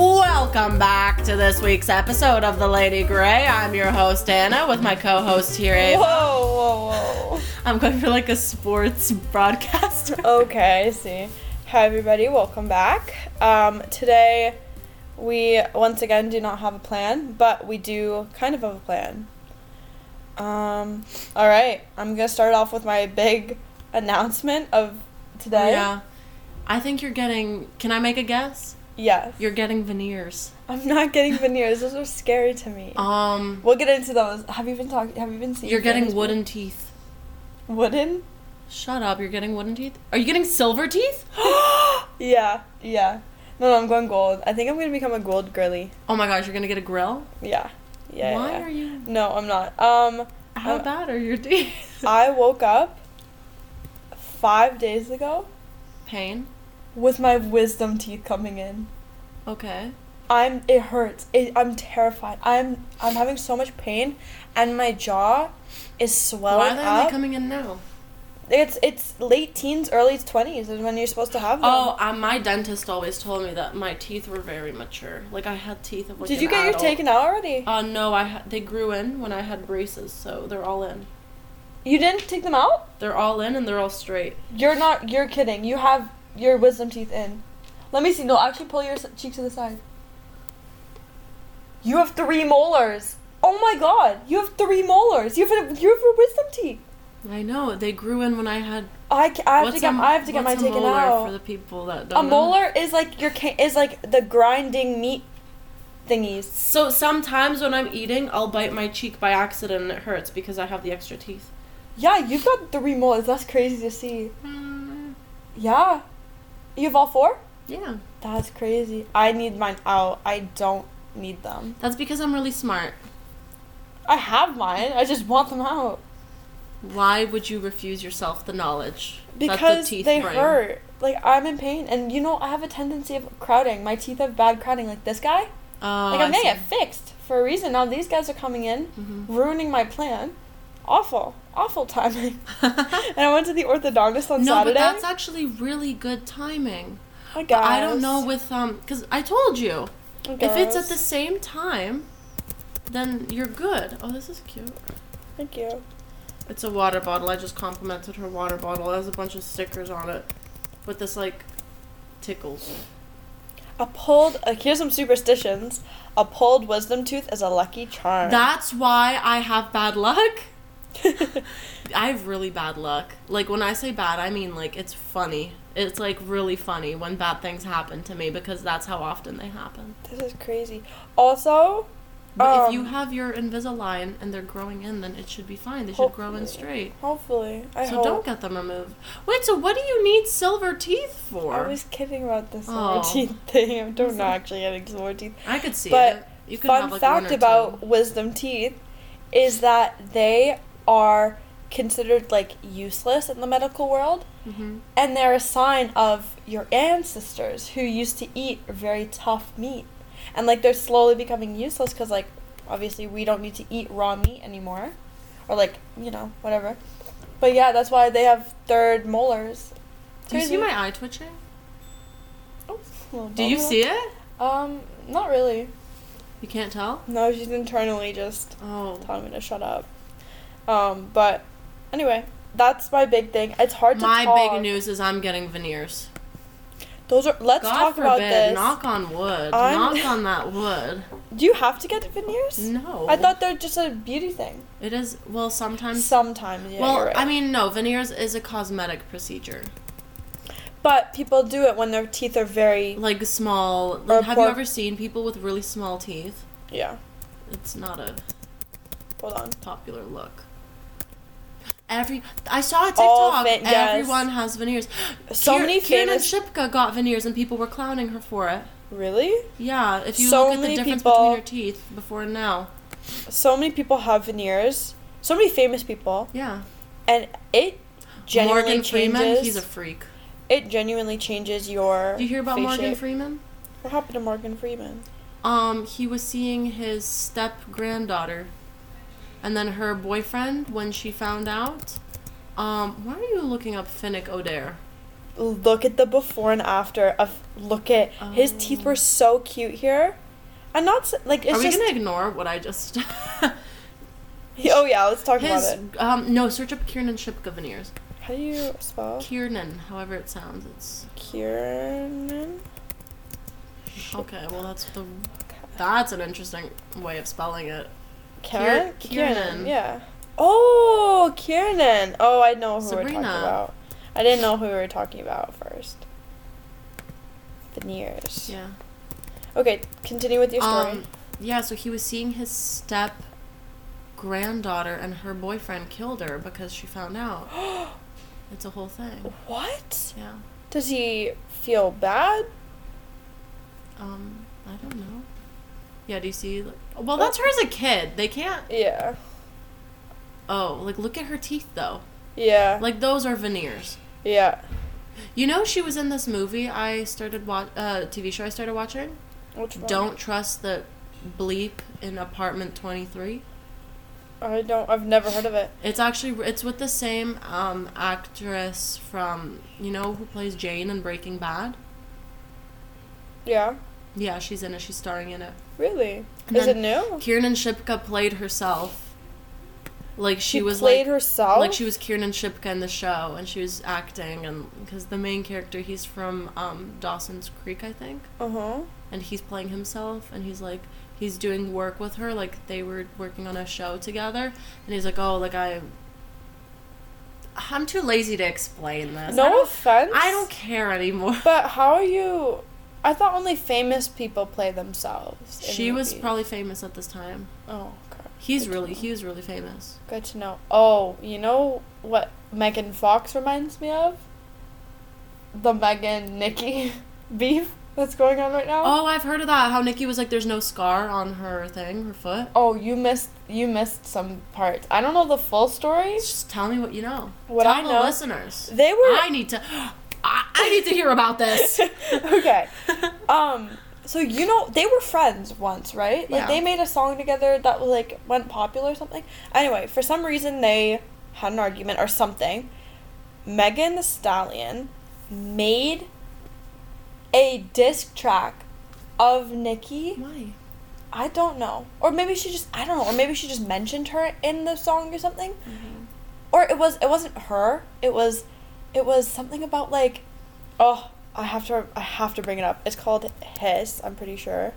welcome back to this week's episode of The Lady Grey. I'm your host, Anna, with my co host here, Whoa, Ava. whoa, I'm going for like a sports broadcaster. whoa. okay, I see. Hi, everybody. Welcome back. Um, today, we once again do not have a plan, but we do kind of have a plan. Um, all right. I'm gonna start off with my big announcement of today. Oh, Yeah. I think you're getting. Can I make a guess? Yes. You're getting veneers. I'm not getting veneers. Those are scary to me. Um, We'll get into those. Have you been talking? Have you been seeing? you're getting veneers? wooden teeth. Wooden. Shut up. You're getting wooden teeth? Are you getting silver teeth? yeah, yeah. No, no, I'm going gold. I think I'm gonna become a gold girly. Oh my gosh, you're going to get a grill? Yeah, yeah. Why yeah. are you. No, I'm not. Um, How Uh, bad are your teeth? I woke up five days ago Pain? with my wisdom teeth coming in. Okay. I'm. It hurts. It, I'm terrified. I'm. I'm having so much pain, and my jaw is Why swelling are they up. only coming in now? it's it's late teens, early twenties is when you're supposed to have them. Oh, uh, my dentist always told me that my teeth were very mature. Like I had teeth of like. Did an you get adult. your taken out already? Uh, no, I ha- they grew in when I had braces, so they're all in. you didn't take them out? They're all in and they're all straight. You're not. You're kidding. You have your wisdom teeth in. Let me see. No, actually, pull your s- cheek to the side. You have three molars. Oh my god! You have three molars. You have a, you have a wisdom teeth. I know they grew in when I had. I, ca- I have to What's get a- I have to get mine what's a taken molar out. for the people that a don't. know? molar is like your ca- is like the grinding meat thingies. So sometimes when I'm eating, I'll bite my cheek by accident and it hurts because I have the extra teeth. Yeah, you've got three molars. That's crazy to see. Yeah, you have all four. Mm, yeah, That's crazy. I need mine out. I don't need them. that's because I'm really smart. I have mine. I just want them out Why would you refuse yourself the knowledge that because the teeth they bring? hurt. Like I'm in pain, and you know I have a tendency of crowding. My teeth have bad crowding. Like this guy. Oh, like I'm I gonna see. get fixed for a reason. Now these guys are coming in, Mhm. ruining my plan. Awful, awful timing. and I went to the orthodontist on no, but Saturday. that's actually really good timing. I But I don't guess. know with um, because I told you I if it's at guess. the same time, then you're good. Oh, this is cute. Thank you. It's a water bottle. I just complimented her water bottle. It has a bunch of stickers on it, with this like tickles. A pulled. Uh, here's some superstitions. A pulled wisdom tooth is a lucky charm. That's why I have bad luck. I have really bad luck. Like when I say bad, I mean like it's funny. It's like really funny when bad things happen to me because that's how often they happen. this is crazy. Also, But if you Um, have your Invisalign and they're growing in, then it should be fine. They should grow in Hopefully. straight. hopefully, I so hope. don't get them removed. Wait, so what do you need silver teeth for? I was kidding about the silver Oh. teeth thing. I'm don't not actually getting silver teeth. I could see but it. You could Fun have like one fact or about two. wisdom teeth is that they are considered like useless in the medical world, Mhm. and they're a sign of your ancestors who used to eat very tough meat, and like they're slowly becoming useless because like obviously we don't need to eat raw meat anymore, or like you know whatever. But yeah, that's why they have third molars. Do you see Crazy. my eye twitching? Oh, little Do you bubble. see it? Um, not really. You can't tell. No, she's internally just Oh, telling me to shut up. Um, but anyway, that's my big thing. It's hard to my talk. big news is I'm getting veneers. Those are. Let's God talk forbid. about this. Knock on wood. I'm- Knock on that wood. Do you have to get veneers? No. I thought they're just a beauty thing. it is. Well, sometimes. Sometimes, yeah, well, you're right. I mean, no. Veneers is a cosmetic procedure. but people do it when their teeth are very. like small. Or Like, have you pork- ever seen people with really small teeth? Yeah, It's not a hold on. popular look. Every I saw a All TikTok. fit- yes. Everyone has veneers. So Kier- many Kiernan famous. Shipka got veneers, and people were clowning her for it. really? Yeah, if you So look at the many difference people- between your teeth before and now. So many people have veneers. So many famous people, Yeah, and it genuinely Morgan changes. Freeman. He's a freak. it genuinely changes your. Do you hear about face Morgan shape. Freeman? What happened to Morgan Freeman? Um, he was seeing his step granddaughter, and then her boyfriend when she found out. Um, why are you looking up Finnick O'Dare? Look at the before and after of look at his Oh. teeth were so cute here, I'm not s- like it's Are we just. gonna ignore what I just? Oh yeah, let's talk His about it. um no, search up Kiernan Shipgovernor's. How do you spell Kiernan, however it sounds, it's Kiernan? okay. Well, that's the Okay. that's an interesting way of spelling it. Karen? Kier- Kiernan. Yeah. Oh, Kiernan. Oh, I know who we're Sabrina. talking about. I didn't know who we were talking about first. Veneers. Yeah. Okay, continue with your story. Um, yeah, so he was seeing his step granddaughter and her boyfriend killed her because she found out. It's a whole thing. what? Yeah. Does he feel bad? Um, I don't know. Yeah, do you see? like- Well, that's her as a kid. They can't. Yeah. Oh, like look at her teeth though. Yeah. Like those are veneers. yeah. You know, she was in this movie I started watch uh, TV show I started watching. Which one? Don't trust the bleep in apartment twenty three. I don't. I've never heard of it. It's actually it's with the same um, actress from you know who plays Jane in Breaking Bad. Yeah. Yeah, she's in it. She's starring in it. Really? And Is then it new? Kiernan Shipka played herself. Like she, She was like, played herself? Like she was Kiernan Shipka in the show, and she was acting, and because the main character he's from um, Dawson's Creek, I think, Uh huh. and he's playing himself, and he's like he's doing work with her, like they were working on a show together, and he's like, oh, like I. I'm too lazy to explain this. I No don't, offense. I don't care anymore. But how are you? I thought only famous people play themselves. in she was movies. probably famous at this time. Oh, okay. He's Good to really know. he was really famous. Good to know. Oh, you know what Megan Fox reminds me of? The Megan Nikki beef that's going on right now. Oh, I've heard of that. How Nikki was like, "There's no scar on her thing, her foot." Oh, you missed you missed some parts. I don't know the full story. Just tell me what you know. What tell I the know- listeners. They were I need to. I, I need to hear about this. okay. Um. So you know they were friends once, right? Like Yeah. they made a song together that like went popular or something. Anyway, for some reason they had an argument or something. Megan the Stallion made a disc track of Nicki. Why? I don't know. Or maybe she just I don't know, or maybe she just mentioned her in the song or something. Mm-hmm. Or it was it wasn't her. It was it was something about like oh, I have to I have to bring it up. It's called Hiss, I'm pretty sure.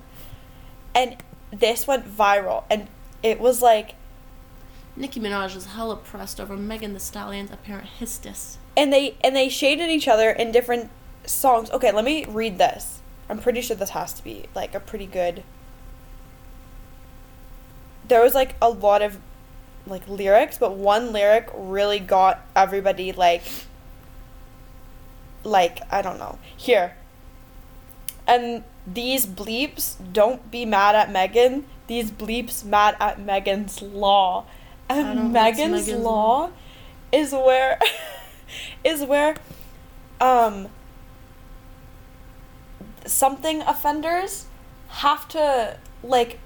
And this went viral and it was like Nicki Minaj is hella pressed over Megan the Stallion's apparent hystis. and they and they shaded each other in different songs. Okay, let me read this. I'm pretty sure this has to be like a pretty good. There was like a lot of like lyrics, but one lyric really got everybody like like I don't know. Here. And these bleeps don't be mad at Megan. These bleeps mad at Megan's law. I don't And know what's Megan's, Megan's law, Law. is where is where um something offenders have to like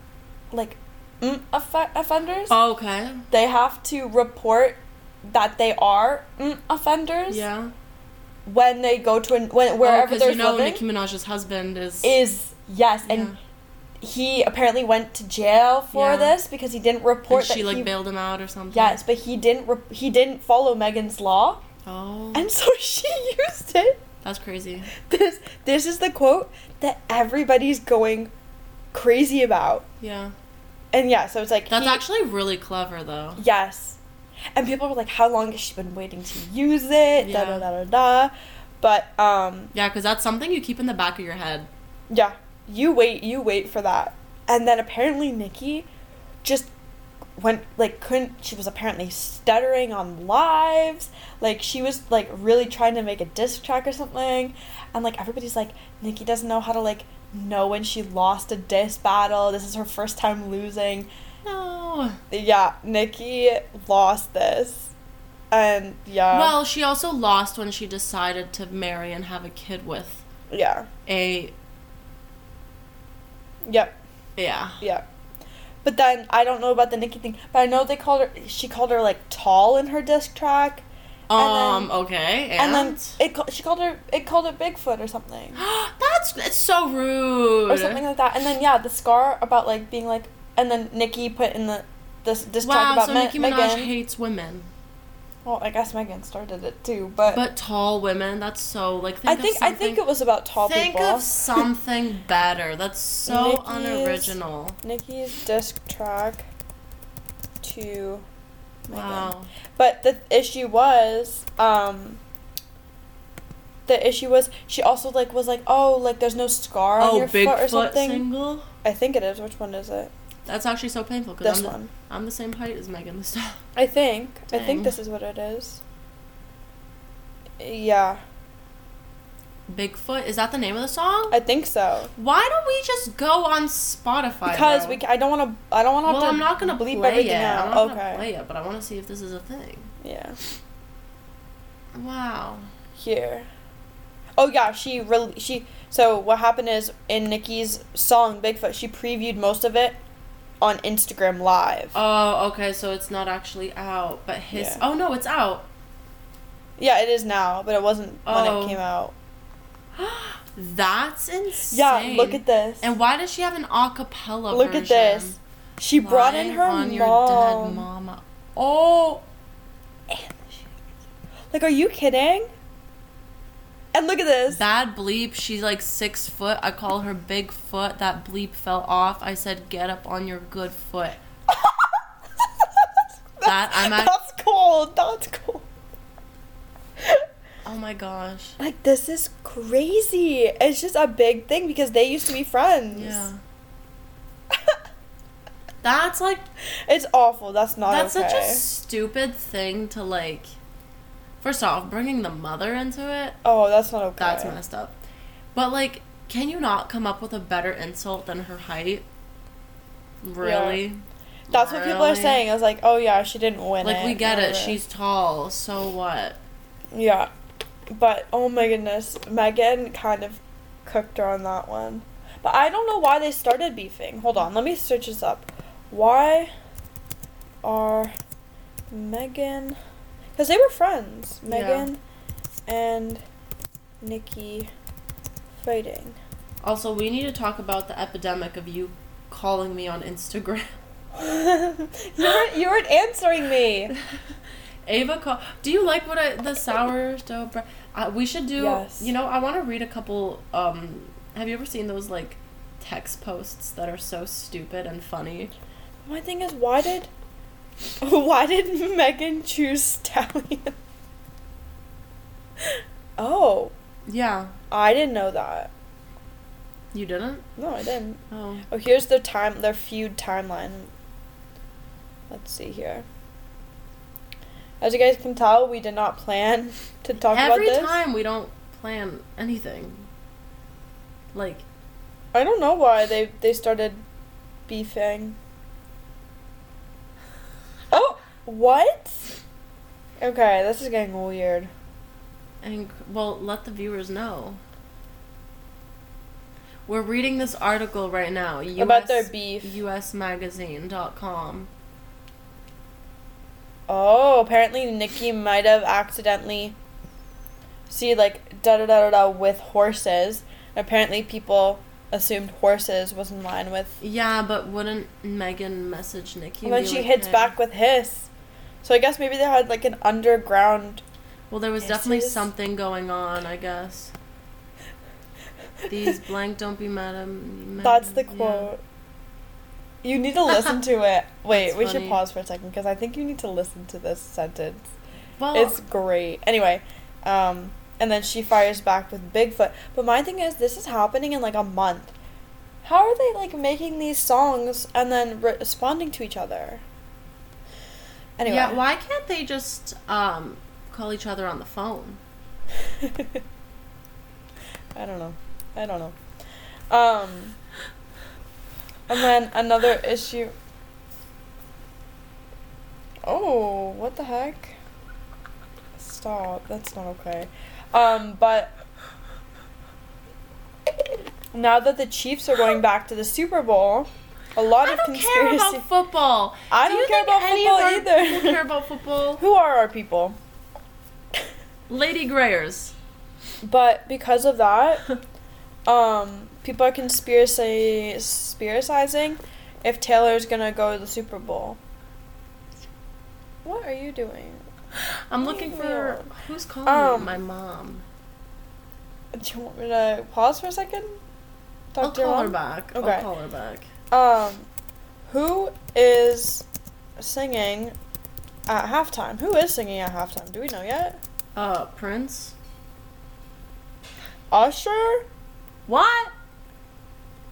like mm, offe- offenders Okay. they have to report that they are mm, offenders Yeah. when they go to an, when wherever because they're Oh, you know living Nicki Minaj's husband is. is yes and he apparently went to jail for Yeah. this because he didn't report and she that like he, bailed him out or something. yes but he didn't re- he didn't follow Megan's law Oh. and so she used it that's crazy. this this is the quote that everybody's going crazy about Yeah. and yeah so it's like That's he- actually really clever though. Yes. And people were like, how long has she been waiting to use it? Da Yeah. da da da da. But um Yeah, because that's something you keep in the back of your head. yeah, you wait, you wait for that. And then apparently Nikki just went like couldn't she was apparently stuttering on lives. Like she was like really trying to make a disc track or something. And like everybody's like, Nikki doesn't know how to like know when she lost a disc battle. This is her first time losing. No. Yeah, Nikki lost this. And yeah. Well, she also lost when she decided to marry and have a kid with Yeah. a Yep. yeah. Yep. But then I don't know about the Nikki thing, but I know they called her she called her like tall in her disc track Um. then- okay. And And, then it ca- she called her it called it Bigfoot or something that's that's so rude. or something like that. And then yeah, the scar about like being like and then Nikki put in the this this Wow. talk about so Me- Nicki Minaj Megan. hates women, well, I guess Megan started it too, but, but tall women. That's so like. Think I of think I think something- it was about tall Think people. of something better. That's so Nicki's- unoriginal. Nikki's disc track to Megan. Wow. But the issue was, um, the issue was she also like was like, oh, like there's no scar on Oh, your foot or Bigfoot something. single. I think it is. Which one is it? That's actually so painful because This I'm, the- one. I'm the same height as Megan Thee Stallion. I think. I Dang. think this is what it is. Yeah, Bigfoot is that the name of the song? I think so. Why don't we just go on Spotify? Because bro? we, ca- I don't want to. I don't want to. Well, have to I'm not gonna bleep play everything it. out. I'm not okay. gonna play it, but I want to see if this is a thing. Yeah. Wow. Here. Oh yeah, she really she. So what happened is in Nikki's song Bigfoot, she previewed most of it on Instagram Live. Oh, okay. So it's not actually out, but his. Yeah. Oh no, it's out. Yeah, it is now, but it wasn't when Oh. it came out. That's insane. Yeah, look at this. And why does she have an acapella? look at this. version? She brought in Lying her on mom. your dead mama. Oh, Like, are you kidding? And look at this. Bad bleep. She's like six foot. I call her big foot. That bleep fell off. I said, get up on your good foot. That- I'm at- That's cold. That's cold. Oh my gosh. Like this is crazy. It's just a big thing because they used to be friends. Yeah. That's like, It's awful. That's not that's Oh, okay. such a stupid thing to like. First off, bringing the mother into it, oh, that's not okay. that's messed up. But like, can you not come up with a better insult than her height? Really? That's what people are Really? saying. I was like, oh yeah, she didn't win. Like, we get it. whatever. She's tall. So what? Yeah. But oh my goodness, Megan kind of cooked her on that one. But I don't know why they started beefing. Hold on, let me search this up. Why are Megan cuz they were friends, Yeah. Megan and Nikki fighting. Also, we need to talk about the epidemic of you calling me on Instagram. you weren't you weren't answering me. Ava, call- do you like what I the sourdough bread? Uh, we should do. Yes. You know, I want to read a couple. Um, have you ever seen those like text posts that are so stupid and funny? My thing is why did why did Megan choose Stallion? oh, Yeah, I didn't know that. you didn't. No, I didn't. Oh, Oh, here's their time, their feud timeline. Let's see here. As you guys can tell, we did not plan to talk every about this. time we don't plan anything. Like, I don't know why they they started beefing. Oh, what? Okay, this is getting weird. and well, let the viewers know. We're reading this article right now. US, About their beef. usmagazine.com. Oh, apparently Nikki might have accidentally see like da da da da da with horses. Apparently people assumed horses was in line with Yeah, but wouldn't Megan message Nikki? and then be she like, hits "Hey?" back with hiss. So I guess maybe they had like an underground Well, there was This definitely is- something going on, I guess. These blank don't be mad at me. That's the Yeah. quote. You need to listen to it. Wait, That's we should funny. pause for a second because I think you need to listen to this sentence. Well, It's great. Anyway, um, and then she fires back with Bigfoot. But my thing is, this is happening in like a month. How are they like making these songs and then re- responding to each other? Anyway, yeah. Why can't they just um call each other on the phone? I don't know. I don't know. Um, and then another issue. Oh, what the heck? Stop. That's not okay. Um, but now that the Chiefs are going back to the Super Bowl, a lot I of don't care conspiracy. about football. I Do don't you care think about any football of our either. people care about football. Who are our people? Lady Greyers. But because of that, um, people are conspiracy conspiracizing if Taylor's gonna go to the Super Bowl. What are you doing? I'm looking for who's calling Um, me? My mom. Do you want me to pause for a second? I'll Dr. call her Mom? back. Okay. I'll call her back. Um, who is singing at halftime? Who is singing at halftime? Do we know yet? Uh, Prince. Usher? What?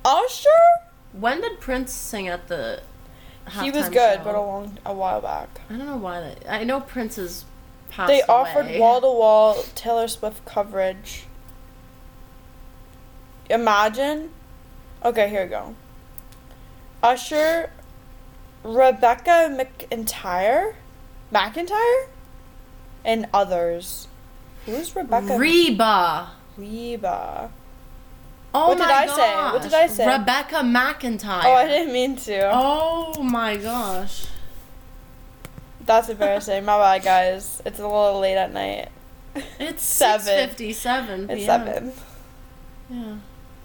Usher? When did Prince sing at the? he was halftime good, show? but a long, a while back. I don't know why that. I know Prince is passed they offered away. wall to wall Taylor Swift coverage. Imagine. Okay, here we go. Usher, Rebecca McIntyre, McIntyre, and others. Who's Rebecca? Reba. Reba. Oh What did my I say? What did gosh. I say? Rebecca McIntyre. Oh, I didn't mean to. Oh my gosh. That's embarrassing. My bad, guys. It's a little late at night. It's Seven. seven fifty-seven. It's PM. seven. Yeah.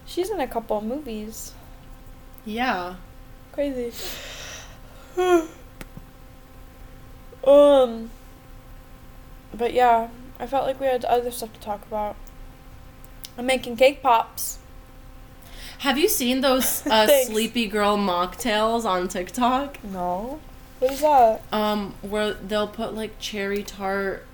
She's in a couple movies. Yeah. Crazy. um. But yeah, I felt like we had other stuff to talk about. I'm making cake pops. Have you seen those uh, Thanks. sleepy girl mocktails on TikTok? No. What is that? Um, where they'll put like cherry tart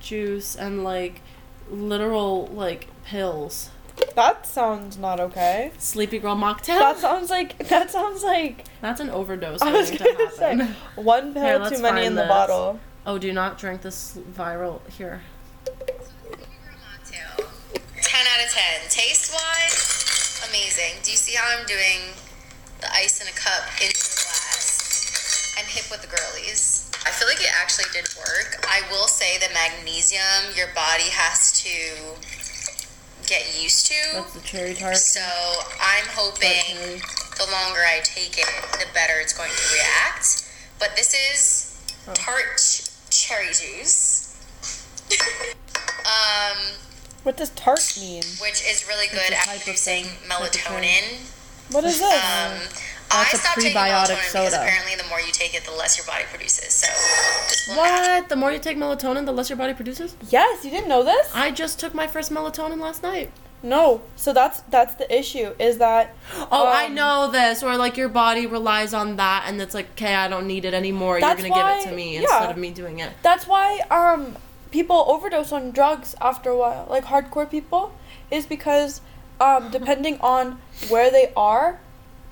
juice and like literal like pills. That sounds not okay. Sleepy girl mocktail. That sounds like that sounds like That's an overdose. I was waiting to gonna say happen. one Here, pill let's too many find in the this. bottle. Oh, do not drink this viral here. 10 out of 10. Taste wise, amazing. Do you see how I'm doing the ice in a cup into a glass? I'm hip with the girlies. I feel like it actually did work. I will say the magnesium your body has to get used to. That's the cherry tart. So I'm hoping Cherry. the longer I take it, the better it's going to react. But this is Oh. tart ch- cherry juice. um, What does tart mean? which is really good a at type of producing thing, type of melatonin. What is this? Um, That's I a stopped taking prebiotic melatonin because soda. apparently the more you take it, the less your body produces. So just one half. What? The more you take melatonin, the less your body produces? yes, you didn't know this? I just took my first melatonin last night. no. So that's that's the issue is that Oh, I Um, know this. Or like your body relies on that, and it's like, okay, I don't need it anymore. You're That's gonna give it why- to me yeah. instead of me doing it. That's why um people overdose on drugs after a while, like hardcore people, is because um depending on where they are,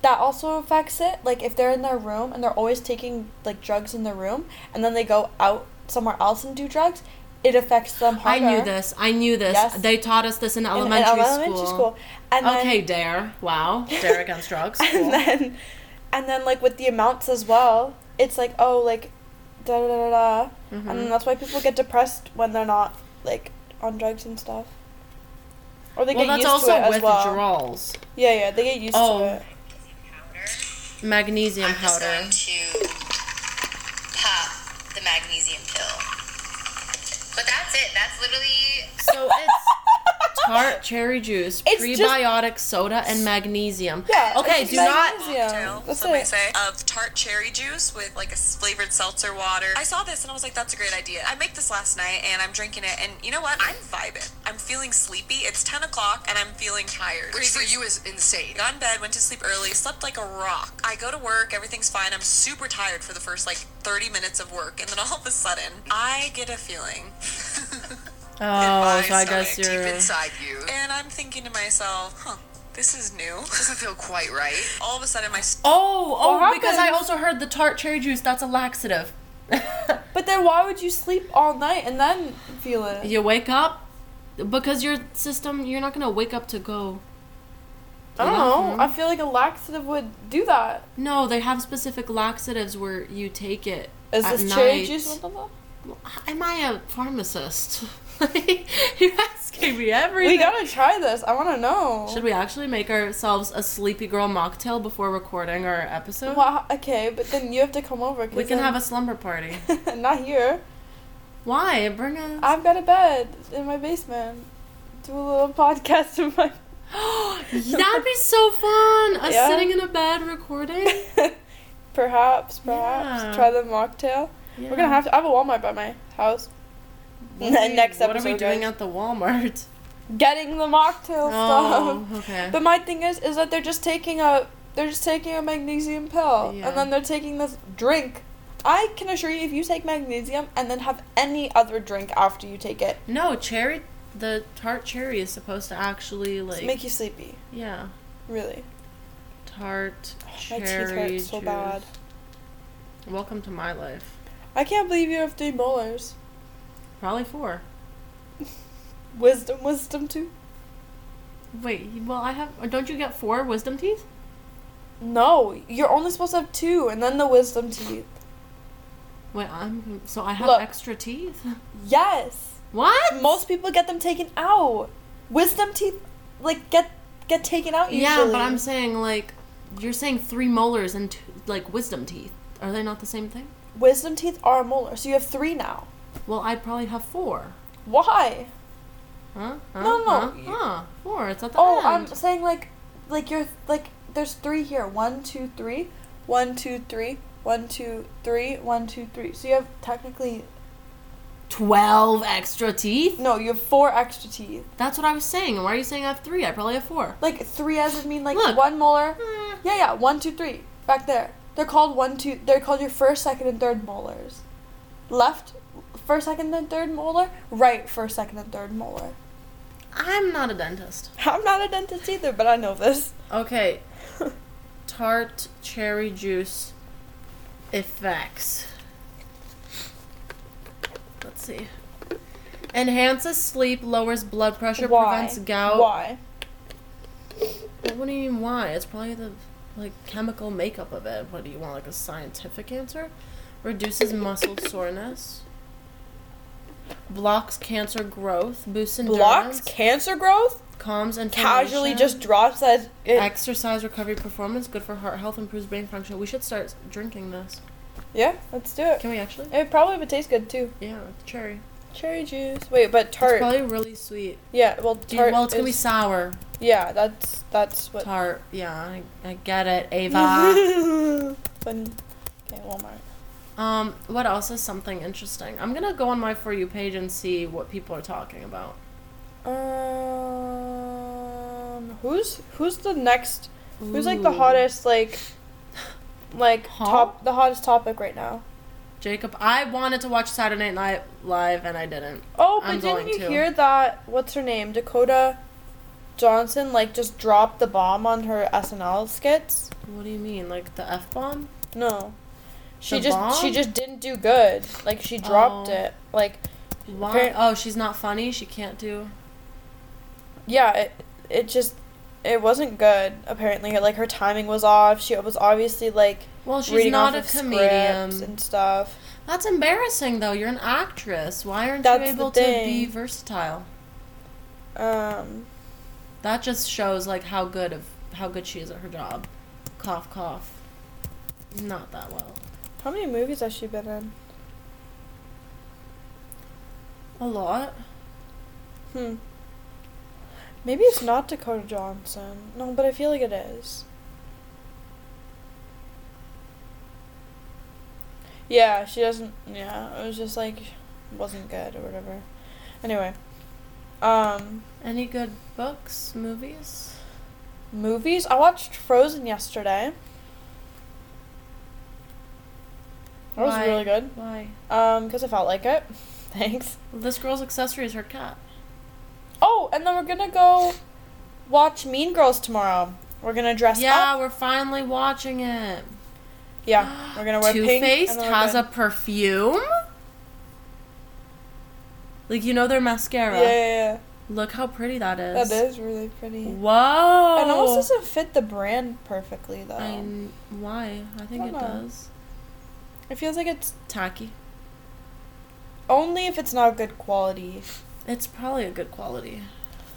that also affects it. Like if they're in their room and they're always taking like drugs in their room, and then they go out somewhere else and do drugs, it affects them harder. I knew this. I knew this. Yes. They taught us this in in- in elementary, elementary school. school. And then, okay, Dare. Wow. Dare against drugs. Cool. and then and then like with the amounts as well it's like oh like da da da da da and Mm-hmm. then that's why people get depressed when they're not like on drugs and stuff or they well, get that's used to also it as well withdrawals. yeah yeah they get used Oh. to it Powder. Magnesium I'm just powder. going to pop the magnesium pill. But that's it. That's literally So it's tart cherry juice, It's just- prebiotic soda, and magnesium. yeah Okay, it's do just not- magnesium. cocktail, that's some may it say, of tart cherry juice with like a s- flavored seltzer water. I saw this and I was like, that's a great idea. I made this last night and I'm drinking it, and you know what? I'm vibing. I'm feeling sleepy. It's 10 o'clock and I'm feeling tired. which for you is insane. Got in bed, went to sleep early, slept like a rock. I go to work, everything's fine. I'm super tired for the first like 30 minutes of work, and then all of a sudden, I get a feeling. Oh, My so I guess stomach, deep you're. inside you. It and I'm thinking to myself, huh, this is new. doesn't feel quite right. All of a sudden, my Oh, oh, What because I happens? also heard the tart cherry juice. That's a laxative. but then why would you sleep all night and then feel it you wake up because your system. You're not gonna wake up to go. i don't know Mhm. i feel like a laxative would do that No, they have specific laxatives where you take it. is At this cherry night. juice one of them Am I a pharmacist? you're asking me everything. we gotta try this i want to know Should we actually make ourselves a sleepy girl mocktail before recording our episode? Well, okay, but then you have to come over. 'cause we can then- have a slumber party. Not here. Why? Bring a. I've got a bed in my basement. Do a little podcast in my. That'd be so fun. Us Yeah. sitting in a bed recording. perhaps, perhaps Yeah. try the mocktail. We're gonna have to. I have a Walmart by my house. What are we- Next What are we episode, doing guys. at the Walmart? Getting the mocktail Oh, stuff. okay. But my thing is, is that they're just taking a, they're just taking a magnesium pill, Yeah. and then they're taking this drink. I can assure you, if you take magnesium and then have any other drink after you take it, No, cherry. The tart cherry is supposed to actually it's like make you sleepy. yeah, Really, tart Oh, my cherry teeth hurt so juice. bad. Welcome to my life. I can't believe you have three molars. Probably four. Wisdom, wisdom too. Wait, well I have. Don't you get four wisdom teeth? No, you're only supposed to have two, and then the wisdom teeth. Wait, I'm so I have Look. extra teeth. Yes. What? Most people get them taken out. Wisdom teeth, like get get taken out usually. Yeah, but I'm saying like you're saying three molars and two, like wisdom teeth. Are they not the same thing? wisdom teeth are a molar, so you have three now. Well, I'd probably have four. Why? Huh? huh? No, no. Huh? Huh? Four. It's at the Oh, end. I'm saying like, like you're like there's three here. One, two, three. One, two, three. One, two, three. One, two, three. So you have technically Twelve extra teeth. no, you have four extra teeth. That's what I was saying. And why are you saying I have three? I probably have four. Like three as would mean like Look. one molar. Mm. Yeah, yeah. One, two, three. Back there. They're called one, two. They're called your first, second, and third molars. Left, first, second, and third molar. Right, first, second, and third molar. I'm not a dentist. I'm not a dentist either, but I know this. Okay. Tart cherry juice effects. Let's see. Enhances sleep, lowers blood pressure, prevents gout. Why? Well, What do you mean why? It's probably the like chemical makeup of it. What do you want? Like a scientific answer? Reduces muscle soreness. Blocks cancer growth, boosts endurance, Blocks cancer growth. calms inflammation. Casually just drops that. It, exercise recovery performance good for heart health improves brain function we should start drinking this yeah, let's do it. can we actually It probably would taste good too. yeah it's cherry Cherry juice. Wait, but it's tart. probably really sweet yeah, well, Do tart. you, well it's gonna be is- sour yeah, that's that's what. tart Ah. yeah I, I get it ava Funny. Okay, Walmart. um what else is something interesting i'm gonna go on my for you page and see what people are talking about Um, who's who's the next? Who's like the Ooh. hottest like, like Huh? top the hottest topic right now? jacob i wanted to watch saturday night live and i didn't Oh, but I'm didn't going you to. hear that? What's her name? Dakota Johnson like just dropped the bomb on her SNL skits. what do you mean like the f-bomb No, she The just she bomb? just didn't do good. Like she dropped Oh. it. Like why Appar- oh she's not funny she can't do yeah, it it just it wasn't good. Apparently, like her timing was off. She was obviously like well she's reading not off a of comedian scripts and stuff. That's embarrassing, though. You're an actress. Why aren't That's the you able to be thing. versatile? Um, That just shows like how good of how good she is at her job. Cough, cough. Not that well. how many movies has she been in? A lot. Hmm. Maybe it's not Dakota Johnson. No, but I feel like it is. Yeah, she doesn't. Yeah, it was just like wasn't good or whatever. Anyway, um, Any good books, movies? movies. I watched Frozen yesterday. That was Why? really good. Why? Um, because I felt like it. Thanks. This girl's accessory is her cat. Oh, and then we're gonna go watch Mean Girls tomorrow. We're gonna dress yeah, up. we're finally watching it. Oh. Yeah, we're gonna wear Two pink. and Faced then we're has good. a perfume. Like you know their mascara. yeah, yeah, Look how pretty that yeah. is. That is really pretty. Whoa. And almost doesn't fit the brand perfectly though. I n- why? I think I it don't know. does. It feels like it's Tacky. only if it's not good quality. It's probably a good quality.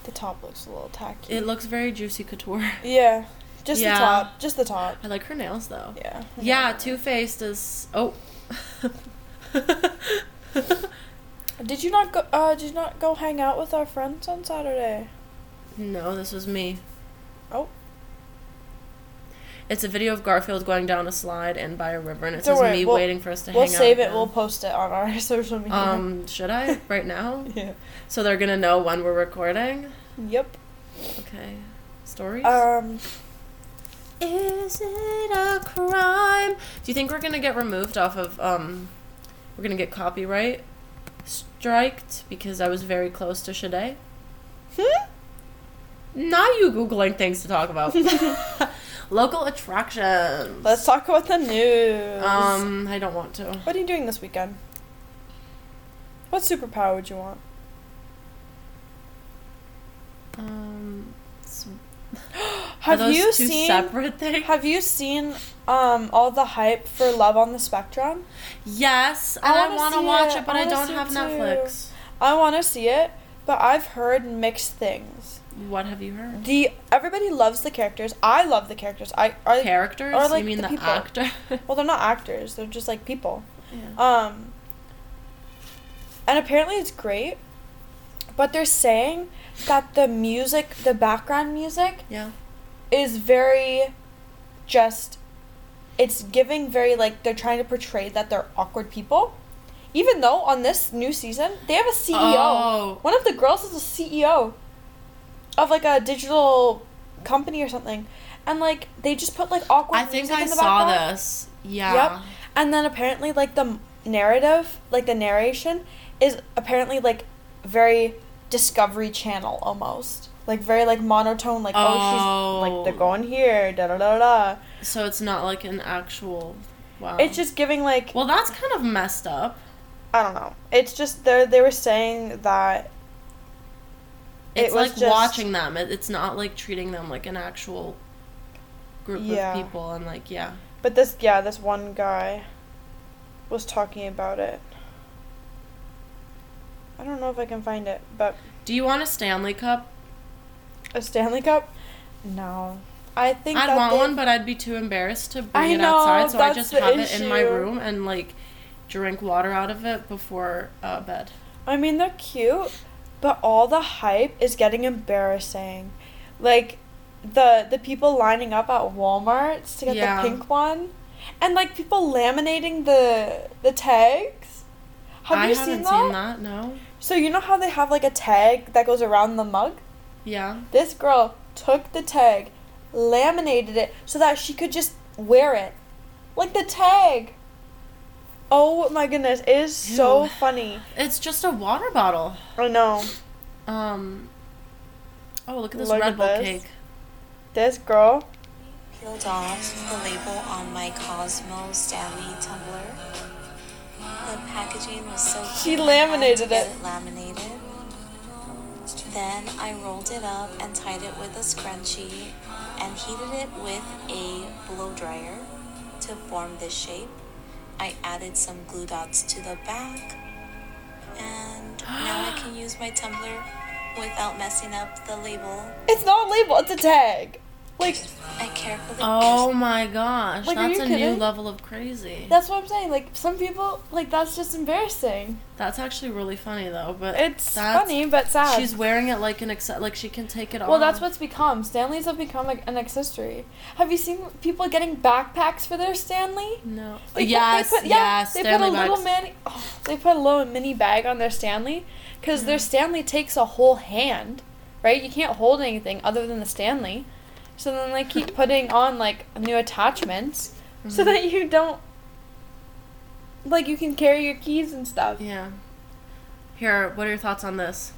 The top looks a little tacky. It looks very juicy couture. Yeah, just Yeah. the top. Just the top. I like her nails though. Yeah. Yeah, Two Faced is oh. Did you not go? Uh, did you not go hang out with our friends on Saturday? No, this was me. Oh, It's a video of Garfield going down a slide and by a river, and it Don't says worry, me we'll- waiting for us to we'll hang out save it. again. We'll post it on our social media. Um, should I right now? yeah. So they're gonna know when we're recording. Yep. Okay. Stories. Um. Is it a crime? Do you think we're gonna get removed off of um? We're gonna get copyright striked because I was very close to Sade. hmm? Not you googling things to talk about. Local attractions. Let's talk about the news. Um, I don't want to. What are you doing this weekend? What superpower would you want? Um, s- are Have those you two seen? separate things? Have you seen um all the hype for Love on the Spectrum? yes, I and I wanna want to see watch it. it, but I I, wanna don't see it have too. Netflix. I want to see it, but I've heard mixed things. What have you heard? The everybody loves the characters. I love the characters. I I Characters? or, like, you mean the the, people. actor? Well, they're not actors. They're just like people. Yeah. Um. And apparently it's great, but they're saying that the music, the background music, yeah. is very just it's giving very like they're trying to portray that they're awkward people even though on this new season they have a E ceo Oh. one of the girls is a E ceo of like a digital company or something and like they just put like awkward I think music I in the saw background. this. Yeah. Yep. And then apparently, like the m- narrative, like the narration, is apparently like very Discovery Channel almost, like very like monotone, like oh, she's Oh. like they're going here, da da da da. So it's not like an actual. Wow. It's just giving like Well, that's kind of messed up. I don't know. It's just they they were saying that It It's was like just- watching them. It, it's not like treating them like an actual group Yeah. of people and like yeah. But this, yeah, this one guy was talking about it. I don't know if I can find it, but Do you want a Stanley Cup? a Stanley Cup? No. I think I'd that want they- one, but I'd be too embarrassed to bring I it know, outside, so I that's just the have it in my issue. room and like drink water out of it before uh, bed. I mean, they're cute, but all the hype is getting embarrassing. Like the the people lining up at Walmart to get Yeah. the pink one, and like people laminating the the tags. Have I you haven't seen that? that. No. So you know how they have like a tag that goes around the mug? Yeah. This girl took the tag, laminated it so that she could just wear it. Like the tag. Oh my goodness, it is so Ew. funny. It's just a water bottle. I know. Um. Oh, look at this Look Red at Bull this. cake. This girl peeled off the label on my Cosmo Stanley tumbler. The packaging was so She cute, I had to laminated get it. Laminated. Then I rolled it up and tied it with a scrunchie and heated it with a blow dryer to form this shape. I added some glue dots to the back and now I can use my tumbler without messing up the label. It's not a label, it's a tag. Like, I carefully Oh my gosh, Like, are that's you a new kidding? level of crazy. that's what I'm saying. Like, some people, like, that's just embarrassing. That's actually really funny though, but It's that's- funny, but sad. She's wearing it like an acce- like she can take it off. well, that's what's become. Stanleys have become like, an accessory. Have you seen people getting backpacks for their Stanley? No. They put- they yes, put- yes. They Stanley put a little bags. mini. Oh, they put a little mini bag on their Stanley because Mm. their Stanley takes a whole hand, right? You can't hold anything other than the Stanley. So then they keep putting on like new attachments Mm-hmm. so that you don't like you can carry your keys and stuff. Yeah. Here, what are your thoughts on this?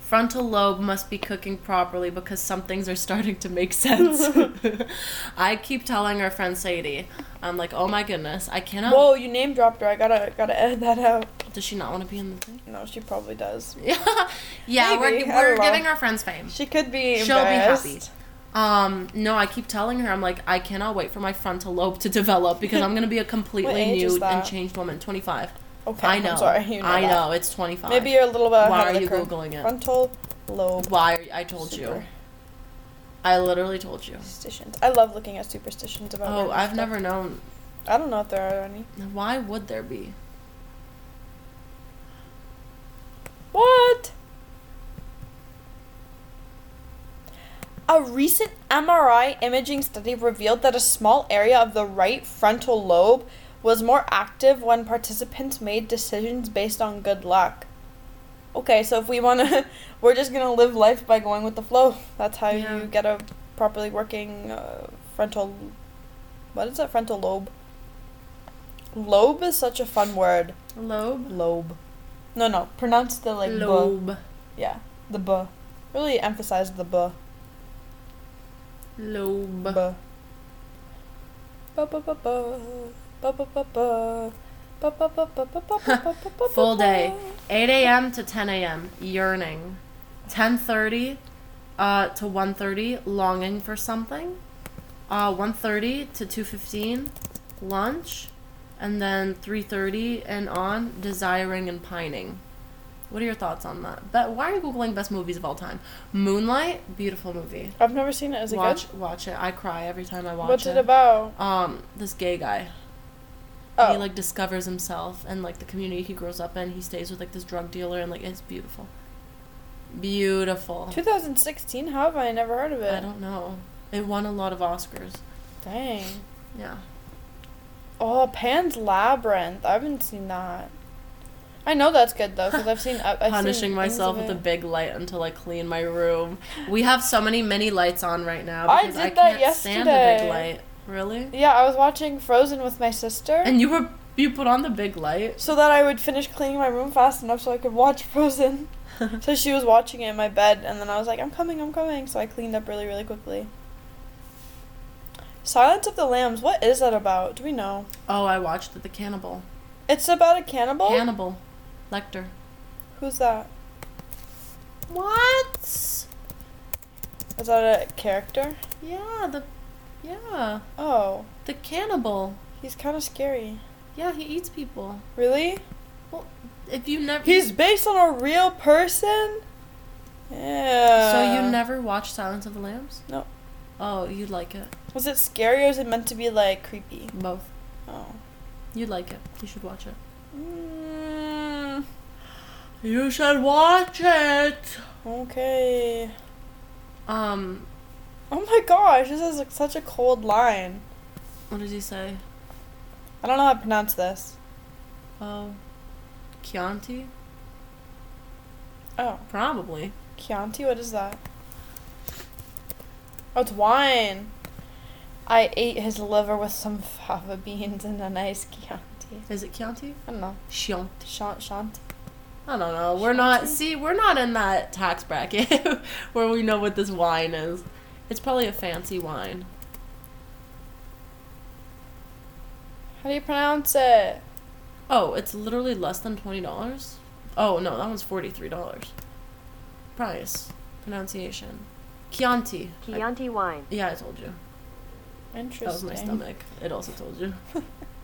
Frontal lobe must be cooking properly because some things are starting to make sense. I keep telling our friend Sadie, I'm like, oh my goodness, I cannot. Whoa, you name dropped her. I gotta gotta edit that out. Does she not want to be in the thing? No, she probably does. yeah, Maybe, I we're, we're don't know. giving our friends fame. She could be. She'll be embarrassed. happy. Um, no, I keep telling her, I'm like, I cannot wait for my frontal lobe to develop because I'm gonna be a completely age is new and that? changed woman. 25. Okay, I know. am sorry. You know I that. know. It's 25. Maybe you're a little bit. Why ahead are of the you curve. googling it? Frontal lobe. Why? Are, I told you. Super. I literally told you. Superstitions. I love looking at superstitions about. Oh, random I've stuff. never known. I don't know if there are any. Why would there be? A recent MRI imaging study revealed that a small area of the right frontal lobe was more active when participants made decisions based on good luck. Okay, so if we want to, we're just going to live life by going with the flow. That's how Yeah. you get a properly working uh, frontal. What is that? Frontal lobe. Lobe is such a fun word. Lobe. Lobe. No, no. Pronounce the like. Lobe. Lobe. Yeah, the b. Really emphasize the b. Lobe. B. Ba ba ba ba. Ba ba ba ba. Ba ba ba ba ba ba ba ba ba ba Full ba. day, 8 a.m. to 10 a.m. Yearning, 10:30 uh, to 1:30 longing for something, uh, 1:30 to 2:15 lunch, and then 3:30 and on desiring and pining. What are your thoughts on that? But why are you googling best movies of all time? Moonlight, beautiful movie. I've never seen it. Oh, Is it watch good? watch it. I cry every time I watch What's it. it about? Um, this gay guy. Oh, He like discovers himself and like the community he grows up in. He stays with like this drug dealer and like it's beautiful. Beautiful. 2016. How have I never heard of it? I don't know. It won a lot of Oscars. Dang. Yeah. Oh, Pan's Labyrinth. I haven't seen that. I know that's good though because I've seen. I- I've seen Punishing things myself of with a it. big light until I clean my room. We have so many many lights on right now I because I, did that can't stand a big yesterday. light. Really? Yeah, I was watching Frozen with my sister. And you were you put on the big light. so that I would finish cleaning my room fast enough so I could watch Frozen. so she was watching it in my bed, and then I was like, I'm coming, I'm coming. So I cleaned up really, really quickly. Silence of the Lambs, what is that about? Do we know? Oh, I watched The Cannibal. It's about a cannibal? Cannibal. Lecter. Who's that? What? Is that a character? Yeah, the yeah. Oh, The cannibal. he's kind of scary. Yeah, he eats people. Really? Well, if you never He's based on a real person? Yeah. so you never watched Silence of the Lambs? No. Oh, you'd like it. Was it scary or is it meant to be like creepy? Both. Oh. You'd like it. You should watch it. Mm, You should watch it. okay. Um, Oh my gosh, this is like such a cold line. what does he say? I don't know how to pronounce this. Oh, Chianti. Oh, Probably. Chianti, what is that? Oh, it's wine. I ate his liver with some fava beans and a nice Chianti. Is it Chianti? I don't know. Chianti. Shant, shant. I don't know. We're not Chianti? see. We're not in that tax bracket where we know what this wine is. It's probably a fancy wine. How do you pronounce it? Oh, it's literally less than twenty dollars. Oh no, that one's forty three dollars. Price, pronunciation, Chianti. I- Chianti wine. yeah, I told you. Interesting. That was my stomach. It also told you.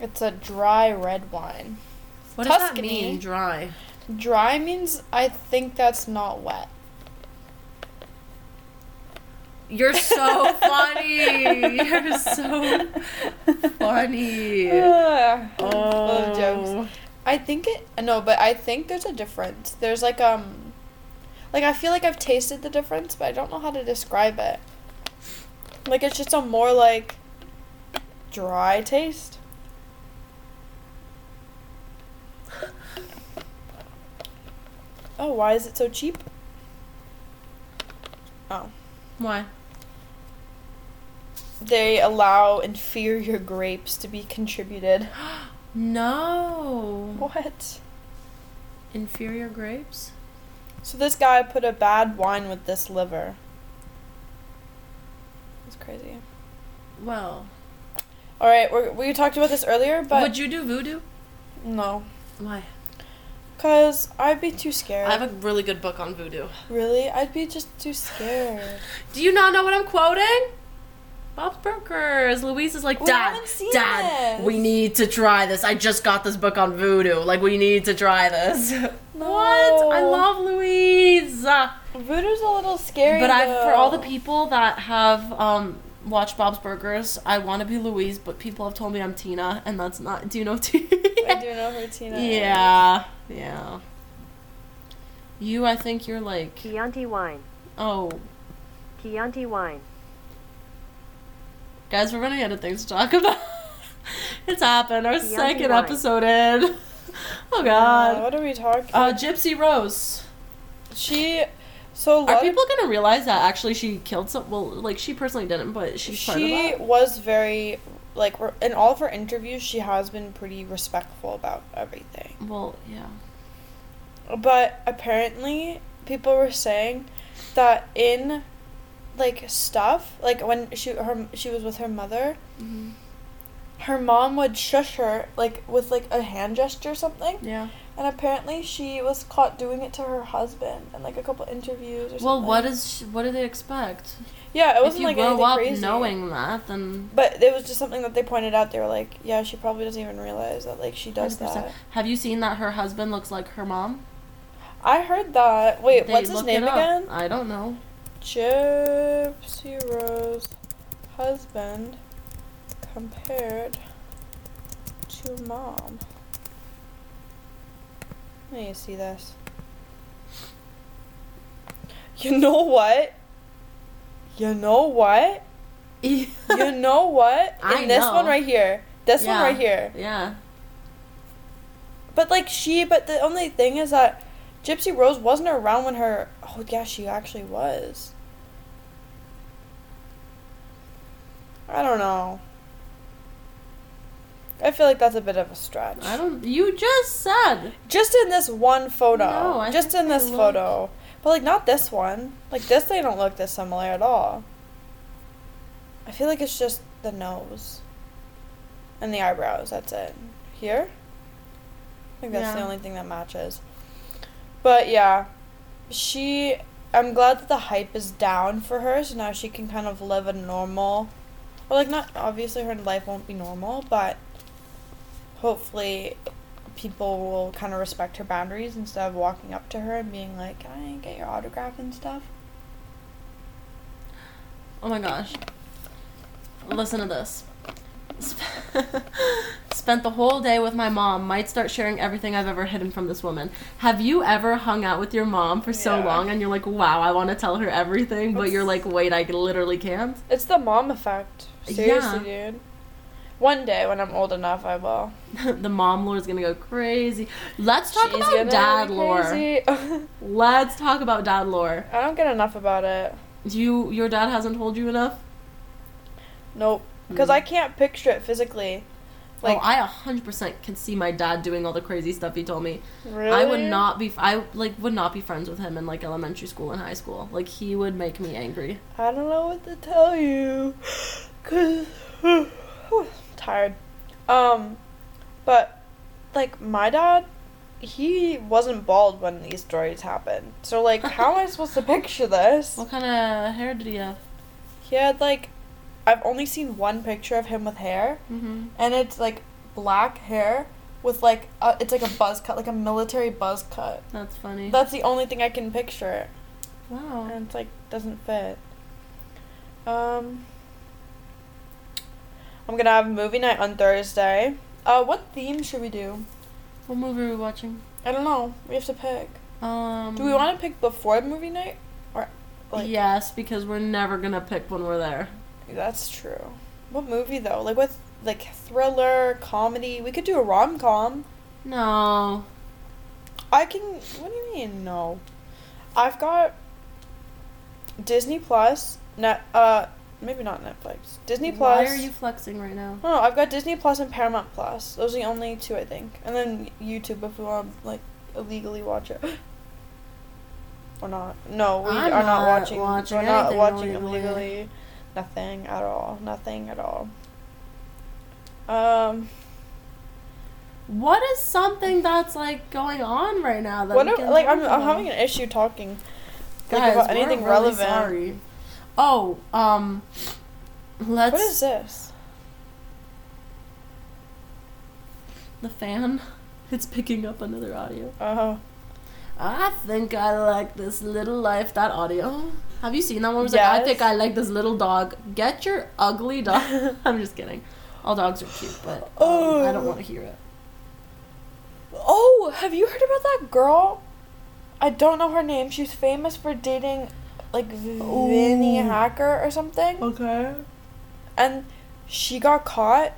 It's a dry red wine. What does that Tuscany. mean? Dry. Dry means I think that's not wet. You're so funny. You're so funny. Ugh. Oh. Love Ah, jokes. I think it no, but I think there's a difference. There's like um like I feel like I've tasted the difference, but I don't know how to describe it. Like it's just a more like dry taste. Oh, why is it so cheap? Oh. Why? They allow inferior grapes to be contributed. No. What? Inferior grapes. So this guy put a bad wine with this liver. That's crazy. Well, All right, we're, we talked about this earlier, but would you do voodoo? no, Why? cause I'd be too scared. I have a really good book on voodoo. really, I'd be just too scared. Do you not know what I'm quoting? Bob's Burgers. Louise is like, We Dad, haven't seen Dad, this." we need to try this. I just got this book on voodoo. Like, we need to try this. What? I No. love Louise. Voodoo's a little scary. But I, for all the though. people that have um, watched Bob's Burgers, I want to be Louise, but people have told me I'm Tina, and that's not. Do you know Tina? I do know who Tina. is. Yeah, yeah. You, I think you're like Chianti wine. Oh, Chianti wine. guys, we're running out of things to talk about. it's happened. Our second wine. episode in. Oh Uh, God. what are we talking? Uh, Gypsy Rose. she. So a lot Are of people gonna realize that actually she killed some? Well, like she personally didn't, but she's part of she that. was very like re- in all of her interviews she has been pretty respectful about everything Well, yeah. Mm-hmm. but apparently people were saying that in like stuff like when she her she was with her mother Mm-hmm. her mom would shush her like with like a hand gesture or something Yeah. and apparently she was caught doing it to her husband in like a couple interviews or Well, something what is? She, what do they expect? yeah it If wasn't you like grow anything up crazy. knowing that, then But it was just something that they pointed out. They were like, yeah, she probably doesn't even realize that like she does 100%. that. Have you seen that her husband looks like her mom? I heard that. Wait, They what's his look name it up. again? I don't know. Gypsy Rose husband compared to mom. Let me see this. You know what? You know what? you know what? I And this one know. right here. This Yeah. one right here. yeah. But like she, but the only thing is that Gypsy Rose wasn't around when her. Oh yeah, she actually was. I don't know. I feel like that's a bit of a stretch. I don't. You just said. Just in this one photo. No, I just think in they this look- photo. But like not this one. Like this, they don't look this similar at all. I feel like it's just the nose. And the eyebrows. That's it. Here. I think that's the Yeah. only thing that matches. But yeah, she. I'm glad that the hype is down for her, so now she can kind of live a normal. Well, like not obviously her life won't be normal, but hopefully people will kind of respect her boundaries instead of walking up to her and being like, "Can I get your autograph and stuff?" Oh my gosh. Listen to this. Spent the whole day with my mom. Might start sharing everything I've ever hidden from this woman. Have you ever hung out with your mom for so Yeah. long and you're like, wow, I want to tell her everything, but you're like, wait, I literally can't? It's the mom effect. Seriously, dude. One day when I'm old enough, I will. the mom lore is gonna go crazy. Let's talk She's gonna about dad be lore. crazy. Let's talk about dad lore. I don't get enough about it. Do you, your dad hasn't told you enough? Nope. Because I can't picture it physically. Like, Hmm. oh, I 100% can see my dad doing all the crazy stuff he told me. really? I would not be I like would not be friends with him in like elementary school and high school. Like he would make me angry. I don't know what to tell you. Cause I'm tired. Um, but like my dad, he wasn't bald when these stories happened. So like, how am I supposed to picture this? What kind of hair did he have? He had like, I've only seen one picture of him with hair, Mm-hmm. and it's like black hair with like a, it's like a buzz cut, like a military buzz cut. That's funny. That's the only thing I can picture. wow. and it's like doesn't fit. Um, I'm gonna have movie night on Thursday. Uh, what theme should we do? What movie are we watching? I don't know. We have to pick. Um. Do we want to pick before movie night or like? yes, because we're never gonna pick when we're there. that's true. What movie though? Like with like thriller, comedy. We could do a rom com. No. I can. What do you mean? No, I've got Disney Plus. Net. Uh, maybe not Netflix. Disney Plus. Why are you flexing right now? No, I've got Disney Plus and Paramount Plus. Those are the only two I think. And then YouTube if we want to like illegally watch it. or not. No, we I'm are not, not watching. watching we're not anything watching illegally. illegally. Nothing at all. Nothing at all. Um, What is something that's like going on right now? That what we if, can like talk I'm, I'm about? having an issue talking like, Guys, about we're anything really relevant. Sorry. Oh, um, let's What is this? the fan. It's picking up another audio. Oh, I think I like this little life. That audio. Have you seen that one? It was like, I Yes. think I like this little dog. Get your ugly dog. I'm just kidding. All dogs are cute, but um, I don't Oh. want to hear it. oh, have you heard about that girl? I don't know her name. She's famous for dating like Vinny Hacker or something. Okay. and she got caught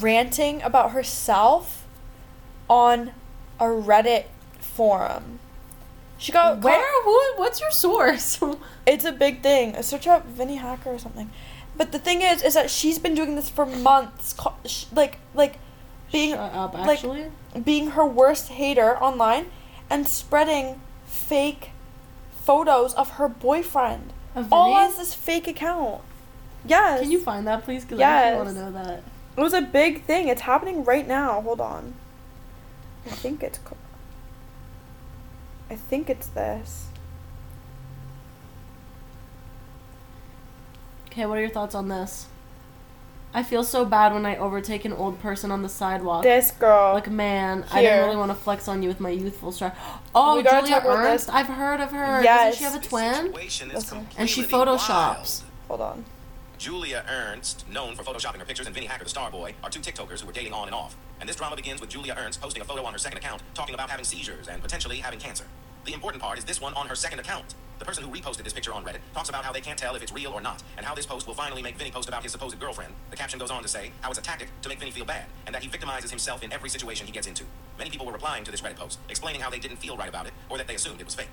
ranting about herself on a Reddit forum. She Oh, got Where? caught- Who? What's your source? It's a big thing. Search up Vinny Hacker or something. But the thing is, is that she's been doing this for months, ca- sh- like like being Shut up. like- Actually. being her worst hater online, and spreading fake photos of her boyfriend, Of all Vinny? as this fake account. Yes. Can you find that, please? Because I Yes. want to know that. It was a big thing. It's happening right now. Hold on. I think it's. Co- I think it's this. Okay, what are your thoughts on this? I feel so bad when I overtake an old person on the sidewalk. This girl. Like, man, I didn't Here. really want to flex on you with my youthful stride. Oh, We gotta Julia talk about Ernst? this. I've heard of her. Doesn't Yes. she have a twin? and she photoshops. photoshops. Hold on. Julia Ernst, known for photoshopping her pictures, and Vinny Hacker, the star boy, are two TikTokers who were dating on and off. And this drama begins with Julia Ernst posting a photo on her second account, talking about having seizures and potentially having cancer. The important part is this one on her second account. The person who reposted this picture on Reddit talks about how they can't tell if it's real or not, and how this post will finally make Vinny post about his supposed girlfriend. The caption goes on to say how it's a tactic to make Vinny feel bad, and that he victimizes himself in every situation he gets into. Many people were replying to this Reddit post, explaining how they didn't feel right about it, or that they assumed it was fake.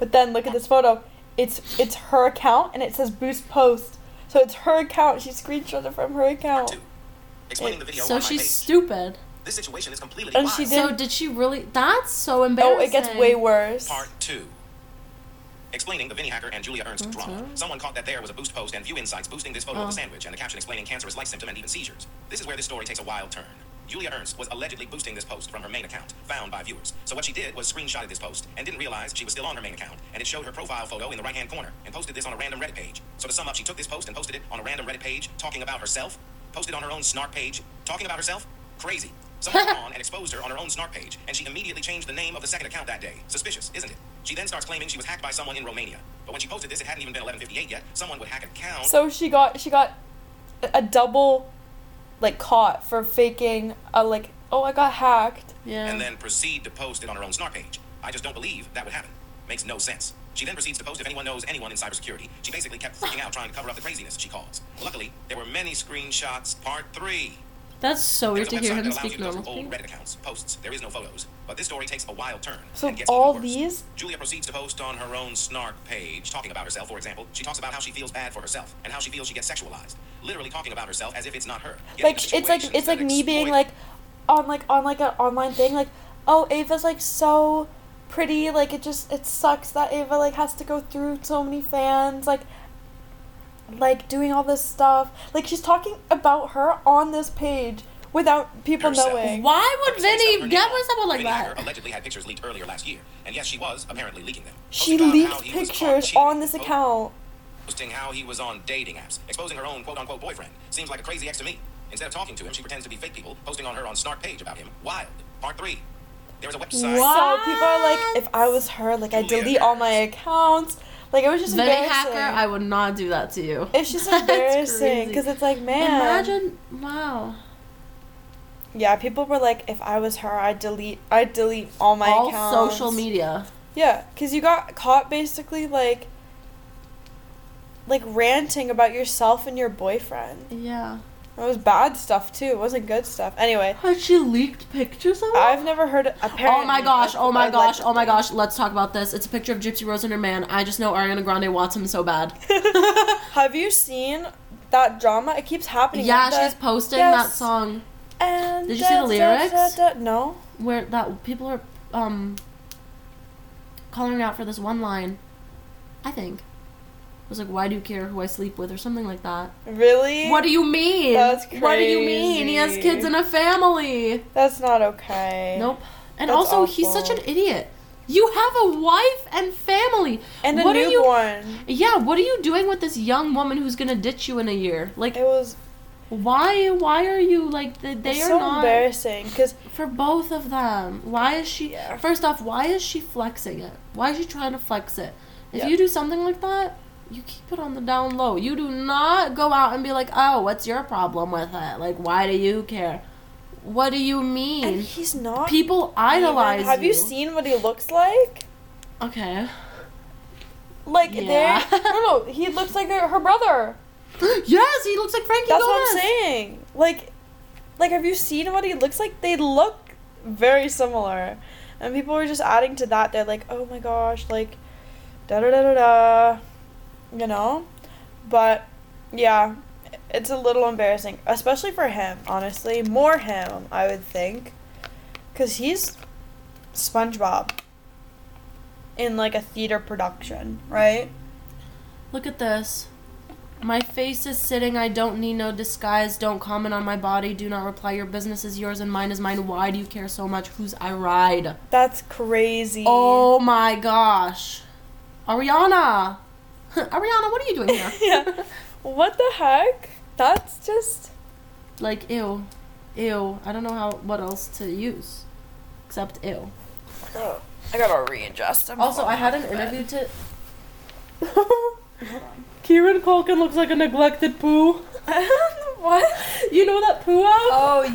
But then look at this photo. It's it's her account and it says boost post. So it's her account. She screenshot it from her account. Two. Explaining the video Oh. So on my she's page. stupid. This situation is completely And lies. she So Then- did she really? That's so embarrassing. Oh, it gets way worse. Part 2. Explaining the Vinny Hacker and Julia Ernst drama. Someone caught that there was a boost post and view insights boosting this Oh. photo of a sandwich and the caption explaining cancerous life symptom and even seizures. This is where this story takes a wild turn. Julia Ernst was allegedly boosting this post from her main account, found by viewers. So what she did was screenshotted this post and didn't realize she was still on her main account, and it showed her profile photo in the right-hand corner and posted this on a random Reddit page. So to sum up, she took this post and posted it on a random Reddit page, talking about herself, posted on her own snark page, talking about herself. Crazy. Someone was on and exposed her on her own snark page, and she immediately changed the name of the second account that day. Suspicious, isn't it? She then starts claiming she was hacked by someone in Romania. But when she posted this, it hadn't even been 11:58 yet. Someone would hack an account. So she got she got a- a double, like caught for faking a like oh I got hacked. Yeah. and then proceed to post it on her own snark page. I just don't believe that would happen. Makes no sense. She then proceeds to post if anyone knows anyone in cybersecurity. She basically kept freaking out trying to cover up the craziness she caused. Luckily, there were many screenshots. Part three. That's so There's weird a to hear him website that allows you speak to go through normal. old speak. Reddit accounts, posts. There is no photos, but this story takes a wild turn. So and gets all even worse. these Julia proceeds to post on her own snark page, talking about herself, for example. She talks about how she feels bad for herself and how she feels she gets sexualized. Literally talking about herself as if it's not her. Getting like into it's like situations it's like that me being exploit- like on like on like an online thing like oh ava's like so pretty like it just it sucks that ava like has to go through so many fans like like doing all this stuff like she's talking about her on this page without people Herself. knowing Why would Based on her Vinny new get blog, with someone like Vinny Hacker that? allegedly had pictures leaked earlier last year, and yes, she was apparently leaking them. she Posting about leaked how he was caught pictures cheating, on this po- account Posting how he was on dating apps, exposing her own quote-unquote boyfriend. Seems like a crazy ex to me. Instead of talking to him, she pretends to be fake people, posting on her on snark page about him. Wild. Part three. There's a website. What? so people are like if i was her like i Julia delete all Garner's. my accounts like it was just Vinny embarrassing Hacker, I would not do that to you. it's just That's embarrassing crazy. because it's like man Imagine, wow. Yeah, people were like, if I was her, I'd delete, I'd delete all my all accounts. social media. Yeah, because you got caught basically like, like ranting about yourself and your boyfriend. Yeah. It was bad stuff too. It wasn't good stuff. Anyway, Had she leaked pictures of I've never heard. Oh Apparently, my gosh, oh my gosh, oh my allegedly. gosh, let's talk about this. It's a picture of Gypsy Rose and her man. I just know Ariana Grande wants him so bad. Have you seen that drama? It keeps happening. yeah, The- she's posting that yes. song And Did you see the lyrics? no. where that people are um calling her out for this one line. I think. It was like, why do you care who I sleep with or something like that? Really? What do you mean? That's What do you mean? He has crazy. kids and a family. That's not okay. Nope. And That's also, he's awful. such an idiot. You have a wife and family. And a what are you? newborn. Yeah, what are you doing with this young woman who's gonna ditch you in a year? Like, It was why? Why are you like? th- They it's are so not embarrassing because for both of them. Why is she? Yeah. First off, why is she flexing it? Why is she trying to flex it? If Yeah. you do something like that, you keep it on the down low. You do not go out and be like, "Oh, what's your problem with it? Like, why do you care? What do you mean?" and he's not. People idolize Have you seen what he looks like? Okay. Like Yeah. they no no, he looks like her her brother. yes, he looks like Frankie That's Gomez. what I'm saying. Like, like have you seen what he looks like? They look very similar, and people were just adding to that. They're like, oh my gosh, like, da da da da da, you know. But yeah, it's a little embarrassing, especially for him. Honestly, more him, I would think, because he's SpongeBob in like a theater production, right? Look at this. My face is sitting. I don't need no disguise. Don't comment on my body. Do not reply. Your business is yours and mine is mine. Why do you care so much? Who's I ride? That's crazy. Oh my gosh. Ariana. Ariana, what are you doing here? yeah. What the heck? That's just like ew. Ew. I don't know how what else to use. Except ew. Oh, I gotta readjust. I'm Also, I had an interview to Kieran Culkin looks like a neglected poo. what? You know that poo out? Oh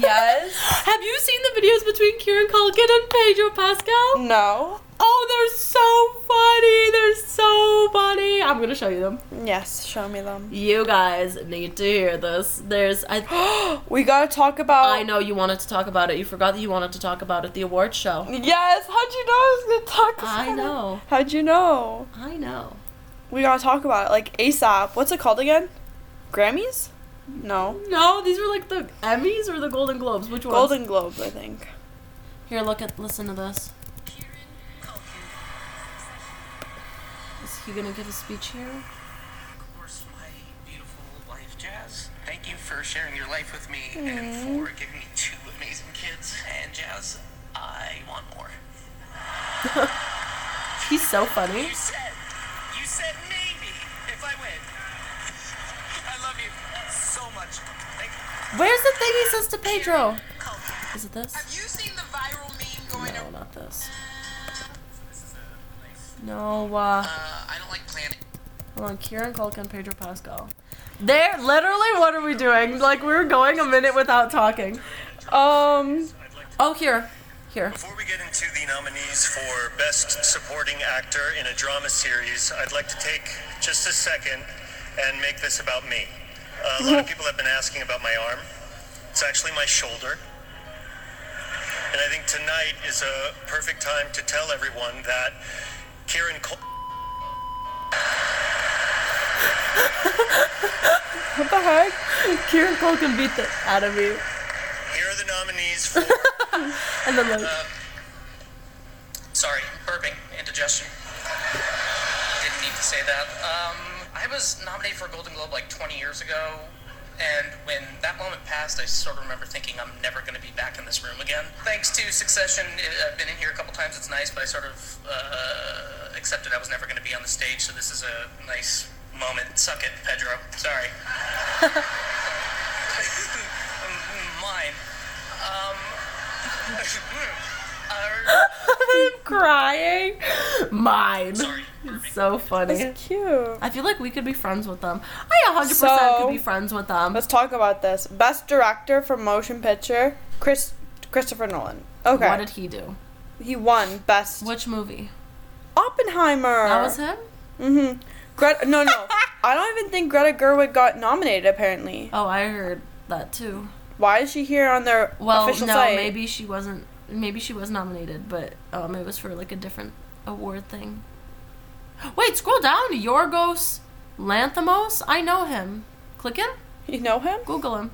yes. Have you seen the videos between Kieran Culkin and Pedro Pascal? no. Oh, they're so funny. They're so funny. I'm gonna show you them. Yes, show me them. You guys need to hear this. There's I we gotta talk about. I know you wanted to talk about it. You forgot that you wanted to talk about it. The award show. Yes. How'd you know I was gonna talk? About I it? know. How'd you know? I know. We gotta talk about it like ASAP. What's it called again? Grammys? No. No, these were like the Emmys or the Golden Globes. Which one? Golden Globes, I think. Here, look at listen to this. Is he gonna give a speech here? Of course, my beautiful wife, Jazz. Thank you for sharing your life with me and Mm-hmm. for giving me two amazing kids. And Jazz, I want more. He's so funny. You said, you said maybe if I win. I love you so much. Thank you. Where's the thing he says to Pedro? Is it this? Have you seen the viral meme going No, not this. No, Uh, uh, I don't like planning. hold on. Kieran Culkin, Pedro Pascal. They're literally, what are we doing? Like, we were going a minute without talking. Um. Oh, here. Here. Before we get into the nominees for Best Supporting Actor in a Drama Series, I'd like to take just a second and make this about me. Uh, a lot of people have been asking about my arm. It's actually my shoulder. And I think tonight is a perfect time to tell everyone that Kieran Col- What the heck? Kieran Culkin beat the out of me. here are the nominees for. And then, like, Sorry, burping, indigestion. Didn't need to say that. Um, I was nominated for a Golden Globe like 20 years ago, and when that moment passed, I sort of remember thinking I'm never going to be back in this room again. Thanks to Succession, i uh, I've been in here a couple times. It's nice, but I sort of uh, accepted I was never going to be on the stage, so this is a nice moment. Suck it, Pedro. Sorry. Mine. Um. uh, I'm crying. Mine. sorry, burping. So funny. It's cute. I feel like we could be friends with them. I 100% So- could be friends with them. Let's talk about this. Best director for motion picture, Chris Christopher Nolan. Okay. What did he do? he won best Which movie? Oppenheimer. That was him? Mhm. Greta No, no. I don't even think Greta Gerwig got nominated apparently. Oh, I heard that too. Why is she here on their Well, official no, site? maybe she wasn't. Maybe she was nominated, but um, it was for like a different award thing. Wait, scroll down. Yorgos Lanthimos. I know him. Click him. You know him? Google him.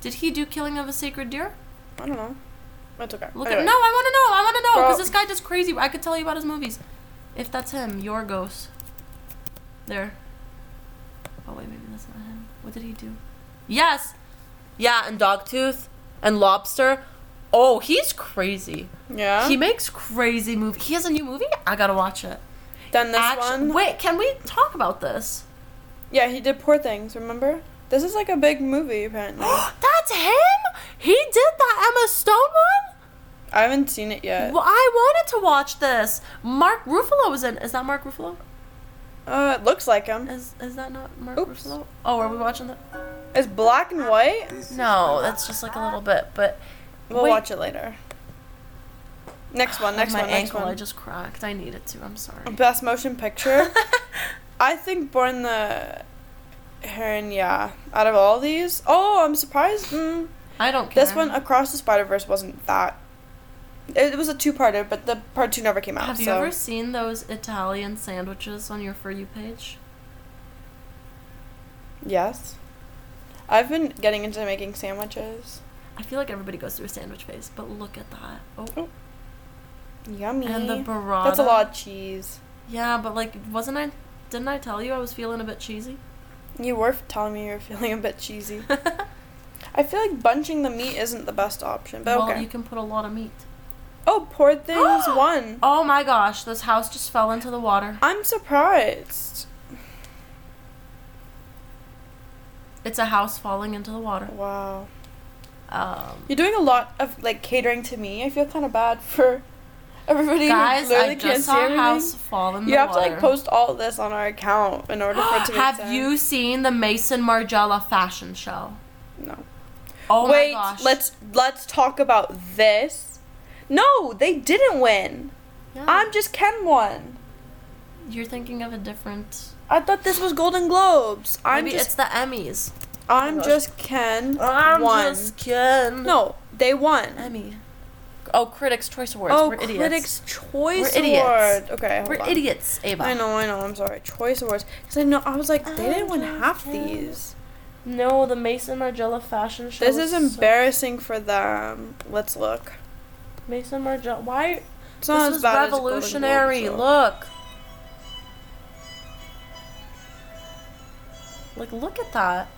Did he do Killing of a Sacred Deer? I don't know. That's okay. Look Anyway. at no. I want to know. I want to know Bro. because this guy does crazy. I could tell you about his movies. If that's him, Yorgos. There. Oh wait, maybe that's not him. What did he do? Yes. Yeah, and Dogtooth and Lobster. Oh, he's crazy. Yeah. He makes crazy movies. He has a new movie. I gotta watch it. Then this Actu- one. Wait, can we talk about this? Yeah, he did Poor Things, remember? This is like a big movie apparently. That's him. He did that Emma Stone one. I haven't seen it yet. Well, I wanted to watch this. Mark Ruffalo was in. Is that Mark Ruffalo? Uh, it looks like him. Is is that not Mark Oops. Ruffalo? Oh, are we watching that? It's black and white. No, that's just like a little bit. But We'll Wait. watch it later. Next one, next Oh, my one, next ankle, one. I just cracked. I needed to. I'm sorry. Best motion picture. I think Born the Heron, yeah. Out of all these, oh, I'm surprised. Mm, I don't care. this one, Across the Spider Verse, wasn't that. It was a two-parter, but the part two never came out. Have so. you ever seen those Italian sandwiches on your For You page? Yes. I've been getting into making sandwiches. I feel like everybody goes through a sandwich phase, but look at that. Oh, Yummy. and the burrata. That's a lot of cheese. Yeah, but like, wasn't I? Didn't I tell you I was feeling a bit cheesy? You were telling me you were feeling a bit cheesy. I feel like bunching the meat isn't the best option, but well, okay. you can put a lot of meat. oh, poor things won. Oh my gosh, this house just fell into the water. I'm surprised. It's a house falling into the water. Wow. Um, You're doing a lot of like catering to me. I feel kind of bad for everybody guys, who literally I can't just see saw a everything. house fall in the you have water. to like post all this on our account in order for it to make Have sense. you seen the Mason Margiela fashion show? No. Oh Wait, my gosh. let's let's talk about this. No, they didn't win. Yeah. I'm just Ken won. You're thinking of a different. I thought this was Golden Globes. I'm Maybe it's just the Emmys. I'm just Ken won. kidding. no, they won. Emmy. Oh, Critics' Choice Awards. oh, We're idiots. Critics Choice We're idiots. Award. Okay, hold We're on. idiots, Ava. I know, I know. I'm sorry. Choice Awards. Cause I know I was like they didn't win half these. No, the Mason Margiela fashion show. This is embarrassing for them. Let's look. Mason Margiela. Why? It's not this as is bad as a Golden Globe revolutionary. show. Look. Like, look at that.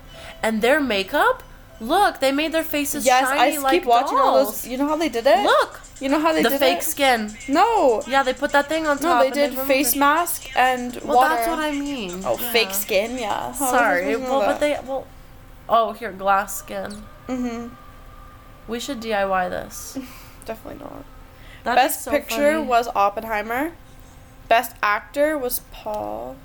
And their makeup? Look, they made their faces Yes, shiny I keep like watching all dolls. those. You know how they did it? Look, You know how they the did fake it? skin. No. Yeah, they put that thing on top. No, they and did removed face it. mask and Well, water. that's what I mean. Oh, fake Yeah. skin, yeah. Sorry. Well, but they well. Oh, here, glass skin. Mm-hmm. We should DIY this. Definitely not. That'd be Best so picture funny. was Oppenheimer. Best actor was Paul.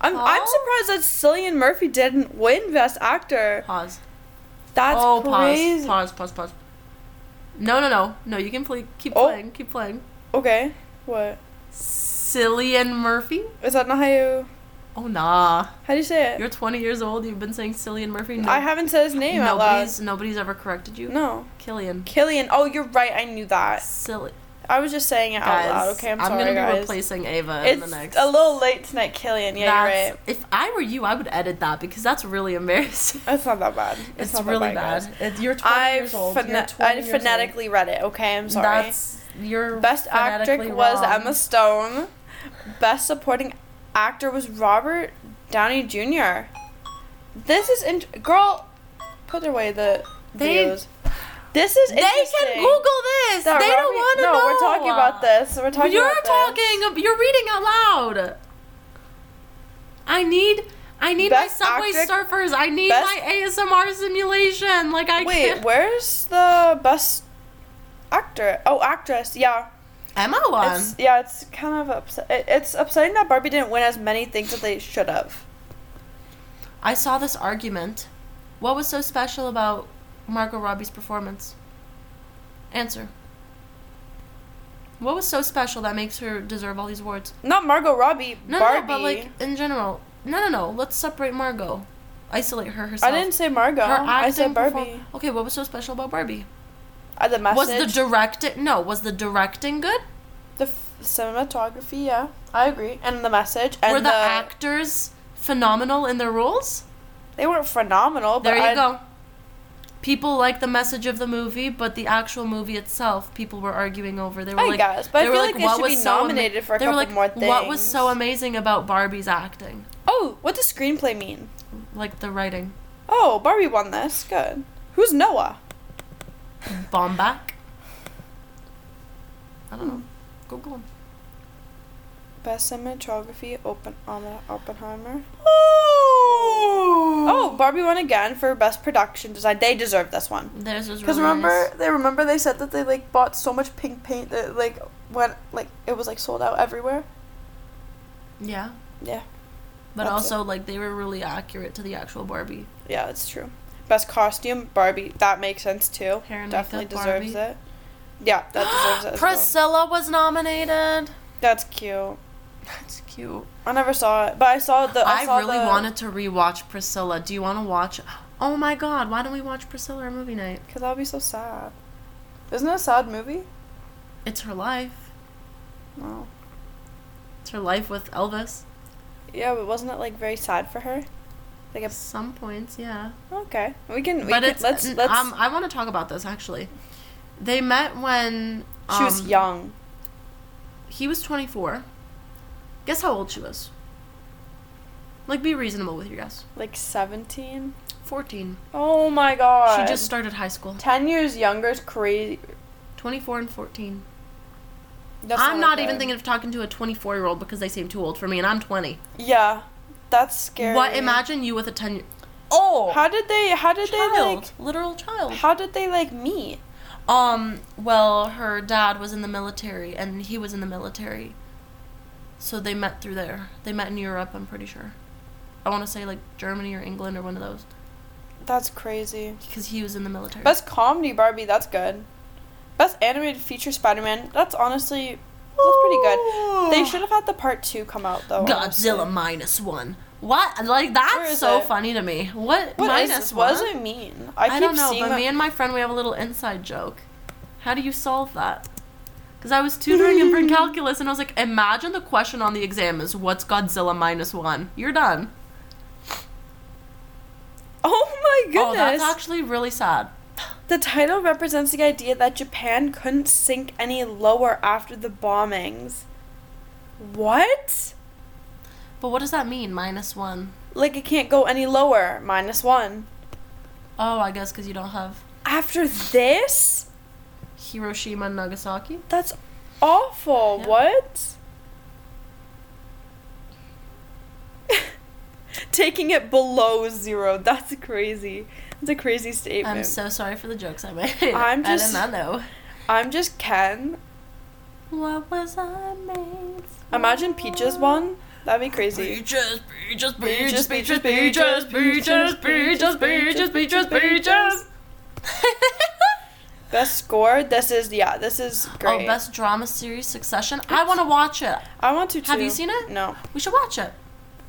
I'm I'm Paul? surprised that Cillian Murphy didn't win Best Actor. pause. That's oh, crazy. pause. Pause. Pause. Pause. No, no, no, no. You can play. Keep Oh. playing. Keep playing. Okay, what Cillian Murphy. is that? Not how you Oh nah. how do you say it? You're 20 years old. You've been saying Cillian Murphy. No, I haven't said his name out loud. Nobody's nobody's ever corrected you. No, Killian. Killian. Oh, you're right. I knew that. Silly. I was just saying it Guys, out loud. Okay, I'm sorry, gonna be guys. replacing Ava in it's the next. a little late tonight, Killian. Yeah, That's- you're right. If I were you, I would edit that because that's really embarrassing. It's not that bad. It's, not that really bad. guys. It- you're 20 I years old. phone- You're 20 I years phonetically read it. Okay, I'm old. sorry. That's your Best actor was Emma Stone. Best supporting actor was Robert Downey Jr. This is in- girl. Put away the They- videos. This is They can interesting Google this. that they don't Robbie- want to no, know. we're talking about this. We're talking. you're about this. talking. oh You're reading out loud. I need. I need Best my Subway actor- Surfers. I need best- my ASMR simulation. Like I Wait, can't. where's the best actor? Oh, actress. Yeah. Emma won. It's, yeah, it's kind of upset. It, it's upsetting that Barbie didn't win as many things that they should have. I saw this argument. What was so special about Margot Robbie's performance? Answer. What was so special that makes her deserve all these awards? Not Margot Robbie, No, no, Barbie. no, but like in general. No, no, no. Let's separate Margot. Isolate her herself. I didn't say Margot. Her I said acting Barbie. perform- okay, what was so special about Barbie? Uh, the message. Was the directing? No, was the directing good? the f- cinematography? Yeah, I agree. And the message and Were the, the, actors phenomenal in their roles? they weren't phenomenal. But There you I- go. People like the message of the movie, but the actual movie itself, people were arguing over. They were I like, guess, but I they were feel like they what should was be so ama- nominated for a they were couple like, more What was so things." amazing about Barbie's acting, Oh, what does screenplay mean? like the writing? Oh, Barbie won this. Good. Who's Noah? Bombback. I don't know. Google him. Best cinematography. Open Oppenheimer. Oh. Oh, Barbie won again for best production design. They deserve this one. There's this. Because really remember, nice- they remember they said that they like bought so much pink paint that like went like it was like sold out everywhere. Yeah, Yeah, but That's also like they were really accurate to the actual Barbie. yeah, it's true. Best costume, Barbie. That makes sense too. Hair and Definitely makeup, deserves Barbie. it. Yeah, that deserves it. as well. Priscilla was nominated. That's cute. That's cute. I never saw it, but I saw the. I, I, saw really the- wanted to rewatch Priscilla. Do you want to watch? Oh my god, why don't we watch Priscilla or movie night? Cause that would be so sad. Isn't it a sad movie? It's her life. No. It's her life with Elvis. Yeah, but wasn't it like very sad for her? Like a, At some points, yeah. okay, we can. We but can, it's let's n- let's. Um, I want to talk about this actually. They met when she was um, young. He was 24. Guess how old she was. Like, be reasonable with your guess. Like seventeen. 14. Oh my god. She just started high school. ten years younger is crazy. 24 and 14. That's I'm not even okay. thinking of talking to a 24 year old because they seem too old for me, and I'm 20. Yeah, that's scary. What? Imagine you with a 10 year Oh! How did they? How did child. literal child. they like? How did they like meet? Um, well, her dad was in the military and he was in the military. So they met through there. They met in Europe, I'm pretty sure. I want to say like Germany or England or one of those That's crazy. because he was in the military. Best comedy Barbie. That's good. Best animated feature Spider Man. That's honestly. That's pretty good. They should have had the part two come out though. honestly. Godzilla minus 1. What? Like Where that's is so it? funny to me. What, What is minus this? What one? does it mean? I, I keep don't know, seeing but that- me and my friend we have a little inside joke. How do you solve that? Because I was tutoring him for calculus, and I was like, imagine the question on the exam is what's Godzilla minus one? You're done. Oh my goodness! Oh, that's actually really sad. The title represents the idea that Japan couldn't sink any lower after the bombings. What? But what does that mean, minus one? Like it can't go any lower, minus one. Oh, I guess because you don't have After this? Hiroshima and Nagasaki? That's awful. Yeah. What? Taking it below zero. That's crazy. That's a crazy statement. I'm so sorry for the jokes I made. I'm I did just- not know. I'm just Ken. What was I made for? Imagine Peaches one. That'd be crazy. Peaches, peaches, peaches, Peaches, peaches, peaches, peaches, peaches, peaches, peaches, peaches, peaches. Best score. This is yeah. This is great. Oh, best drama series Succession. I want to watch it. I want to. Too. Have you seen it? No. We should watch it.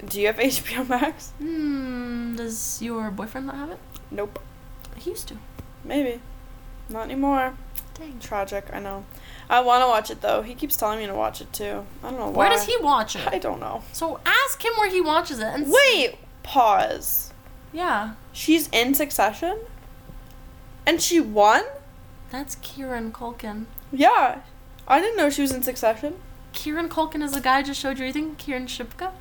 Do you have HBO Max? Hmm. Does your boyfriend not have it? Nope. He used to. Maybe. Not anymore. Dang. Tragic. I know. I want to watch it though. He keeps telling me to watch it too. I don't know why. Where does he watch I it? don't know. So ask him where he watches it. And s- Wait. Pause. Yeah, She's in Succession. And she won. that's Kieran Culkin. Yeah. I didn't know she was in Succession. Kieran Culkin is the guy I just showed you. You think Kieran Shipka?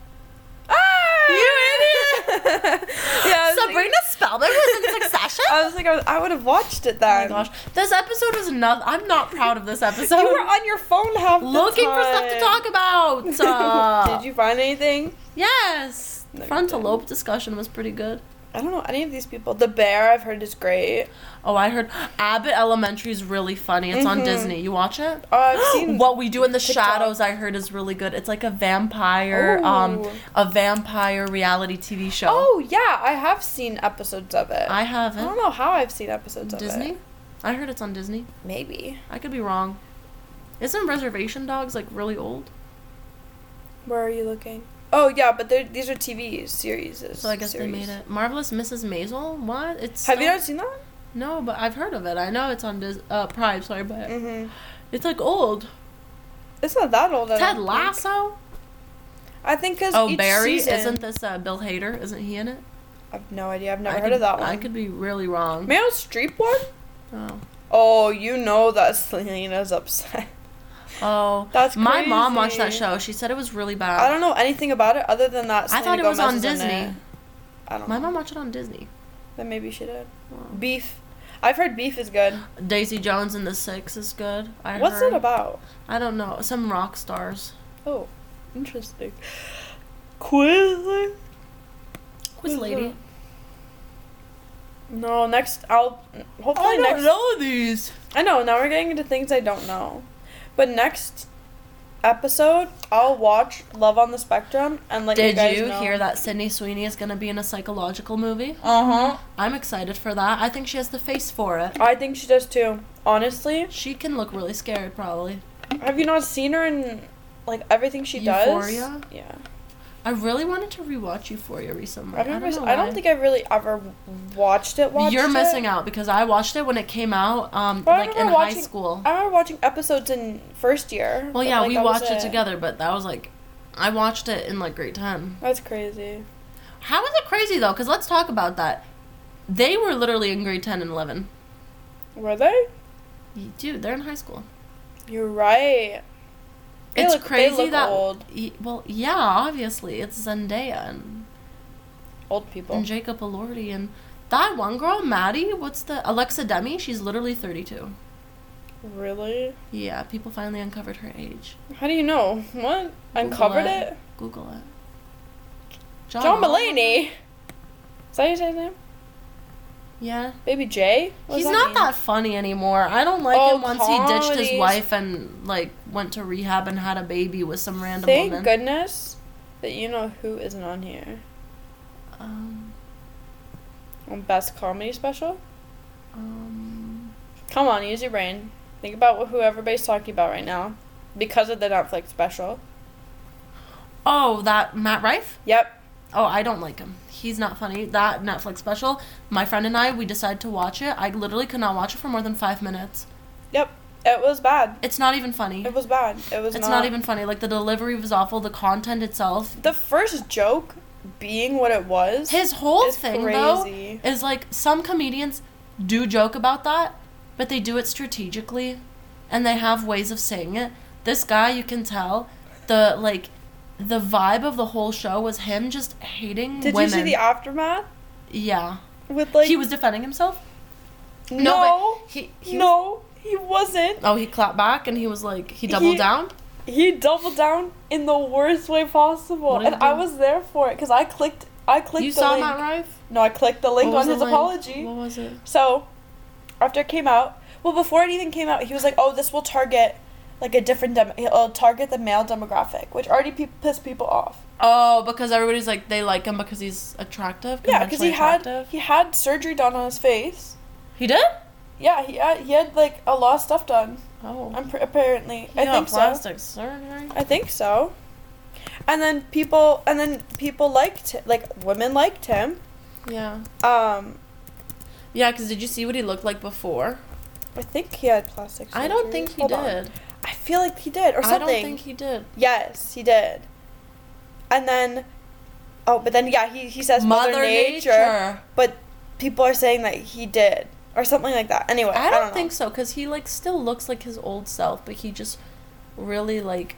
Ah! You idiot! yeah. I was Sabrina Spellman was in Succession. I was like, I, was, I would have watched it Oh my then. gosh, this episode is not. I'm not proud of this episode. You were on your phone half the looking for stuff to talk about. Uh, Did you find anything? Yes. The No, you frontal didn't. lobe discussion was pretty good. I don't know any of these people. The bear I've heard is great. Oh, I heard Abbott Elementary is really funny. It's on Mhm. Disney. You watch it? Oh, I've seen. What we do in the TikTok. shadows, I heard, is really good. It's like a vampire, um, Ooh. a vampire reality TV show. Oh yeah, I have seen episodes of it. I, I haven't. don't know how I've seen episodes of it. Disney. I heard it's on Disney. Maybe. I could be wrong. Isn't Reservation Dogs like really old? Where are you looking? Oh yeah, but they're- these are TV series. So I guess they made it. Marvelous Mrs. Maisel. What? It's Have you so- not seen that? No, but I've heard of it. I know it's on Dis- uh, Prime. Sorry, but Mm-hmm. it's like old. It's not that old. I Ted don't think. Lasso. I think because Oh, Barry. Isn't this uh, Bill Hader? Isn't he in it? I've no idea. I've never I heard could- of that one. I could be really wrong. Meryl Streep one. Oh. Oh, you know that Selena's upset. Oh, That's my mom watched that crazy. show. She said it was really bad. I don't know anything about it other than that. I thought Selena it was Gomez on is in Disney. it. I don't My know. mom watched it on Disney. Then maybe she did. Wow. Beef. I've heard beef is good. Daisy Jones and the Six is good. I What's heard. it about? I don't know. Some rock stars. Oh, interesting. Quiz. Quiz lady. No, next I'll Oh, hopefully next. know these. I know. Now we're getting into things I don't know, but next episode I'll watch Love on the Spectrum and let you Did guys you know. hear that Sydney Sweeney is gonna be in a psychological movie? Uh huh. I'm excited for that. I think she has the face for it. I think she does too. honestly, She can look really scared, probably. have you not seen her in like everything she Euphoria? does? Yeah. I really wanted to rewatch Euphoria recently. I remember. I know don't, why. think I really ever watched it. Watched You're it. missing out because I watched it when it came out, um, But I like in remember high watching- school. I remember watching episodes in first year. Well, but, yeah, like, we that was watched it together, but that was like, I watched it in like grade ten. That's crazy. How is it crazy though? Because let's talk about that. They were literally in grade ten and eleven. Were they? Y- Dude, they're in high school. You're right. They it's look- they crazy look that. old. y- Well, yeah, obviously it's Zendaya and, Old people. and Jacob Elordi and that one girl, Maddie. What's the Alexa Demi? She's literally thirty-two. Really? Yeah, people finally uncovered her age. How do you know? What? Uncovered it. it? Google it. John Mulaney. Mulaney. Is that his name? Yeah. Baby J? What does He's not mean? that funny anymore. I don't like Oh, him once he ditched his comedies. wife and like went to rehab and had a baby with some random Thank woman. goodness that you know who isn't on here. Um, On Best Comedy Special? um, Come on, use your brain. Think about what- who everybody's talking about right now. Because of the Netflix special. oh, that Matt Rife? Yep. Oh, I don't like him. He's not funny. That Netflix special, my friend and I, we decided to watch it. I literally could not watch it for more than five minutes. Yep. It was bad. It's not even funny. It was bad. It was it's not, even funny. Like the delivery was awful. The content itself. The first joke being what it was. His whole It's thing crazy. though is like some comedians do joke about that, but they do it strategically, and they have ways of saying it. This guy, you can tell, the like, the vibe of the whole show was him just hating Did women. you see the aftermath? yeah, With like. he was defending himself. No. No, but he, he was- no, he wasn't. oh, he clapped back and he was like, he doubled He- down. He doubled down in the worst way possible, What did and he do? I was there for it because I clicked. I clicked. You the saw link. Matt Rife. No, I clicked the link What was on the his link? apology. What was it? So, after it came out, well, before it even came out, he was like, "Oh, this will target like a different dem. It'll target the male demographic, which already pe- pissed people off." Oh, because everybody's like they like him because he's attractive. Yeah, because he conventionally had attractive. he had surgery done on his face. he did. Yeah, he had, he had like a lot of stuff done. Oh, I'm pr- apparently He I got think so. plastic surgery. I think so. And then people, and then people liked like women liked him. Yeah. Um, Yeah, because did you see what he looked like before? I think he had plastic surgery. I don't think he Hold on. did. I feel like he did, or I something. don't think he did. yes, he did. And then, oh, but then yeah, he he says Mother, nature, but people are saying that he did, or something like that. Anyway, I don't, think know. so, because he like still looks like his old self, but he just really like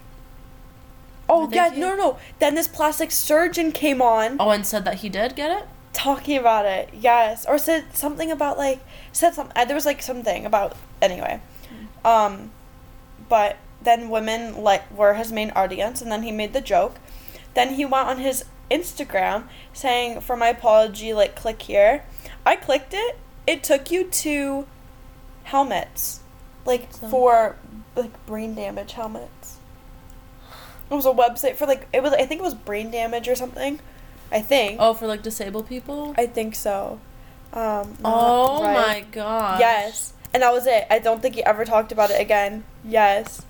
I Oh think yeah, he- no, no. Then this plastic surgeon came on. oh, and said that he did get it. talking about it yes or said something about like said some uh, there was like something about anyway Mm-hmm. um but then women like were his main audience and then he made the joke then he went on his instagram saying for my apology like click here i clicked it it took you to helmets like So- for like brain damage helmets it was a website for like it was i think it was brain damage or something i think Oh, for like disabled people. I think so. Um, not oh right. my god. Yes, and that was it. I don't think he ever talked about it again. Yes.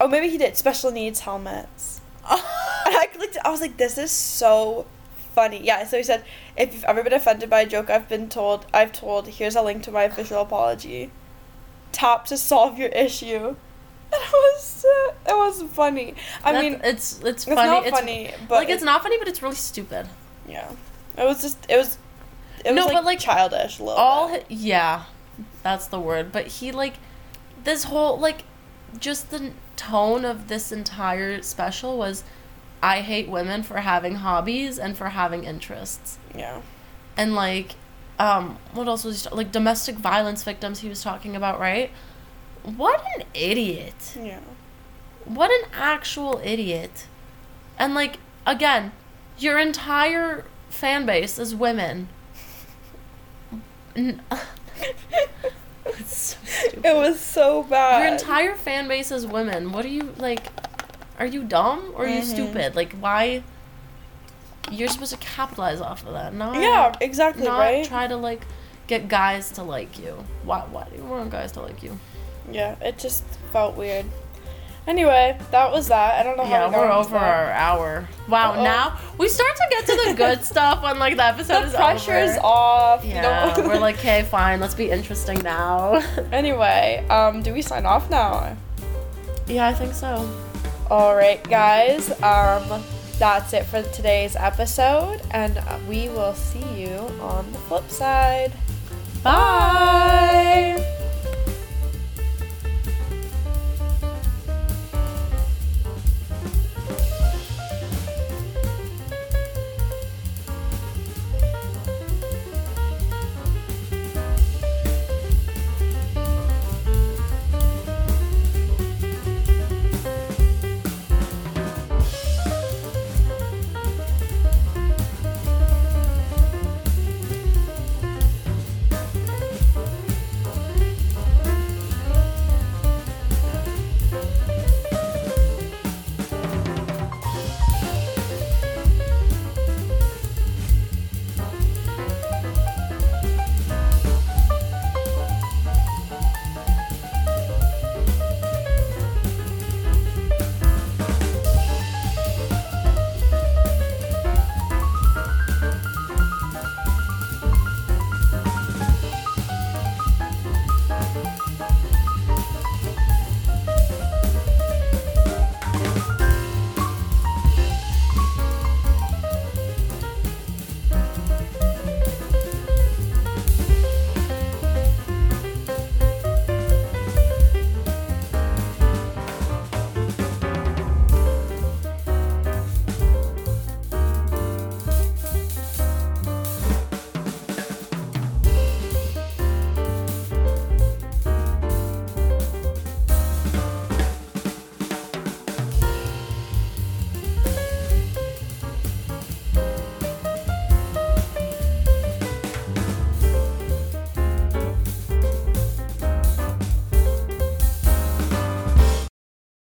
Oh, maybe he did special needs helmets. And I clicked. I was like, this is so funny. Yeah. So he said, if you've ever been offended by a joke I've been told, I've told. Here's a link to my official apology. Tap to solve your issue. And it was so- it was funny. I That's- mean, it's it's it's funny. not funny, but like it's not funny, but it's really stupid. yeah, it was just it was. It No, was like, but, like, childish. A little all bit. hi- yeah that's the word but he like this whole like just the n- tone of this entire special was i hate women for having hobbies and for having interests yeah. and like um what else was he ta- like domestic violence victims he was talking about right what an idiot Yeah. what an actual idiot and like again your entire fan base is women N- It's so stupid. It was so bad. Your entire fan base is women. What are you like? Are you dumb or are you Mhm. stupid? Like why? You're supposed to capitalize off of that, not Yeah, exactly, not right? try to like get guys to like you. Why? Why do you want guys to like you? Yeah, it just felt weird. Anyway, that was that. I don't know how Yeah, we got we're into over that. our hour. Wow, Uh-oh. now we start to get to the good stuff when like the episode The is pressure is over. off. you Yeah, know? we're like, okay, fine, let's be interesting now. Anyway, um, do we sign off now? yeah, I think so. All right, guys. Um, that's it for today's episode, and uh, we will see you on the flip side. Bye.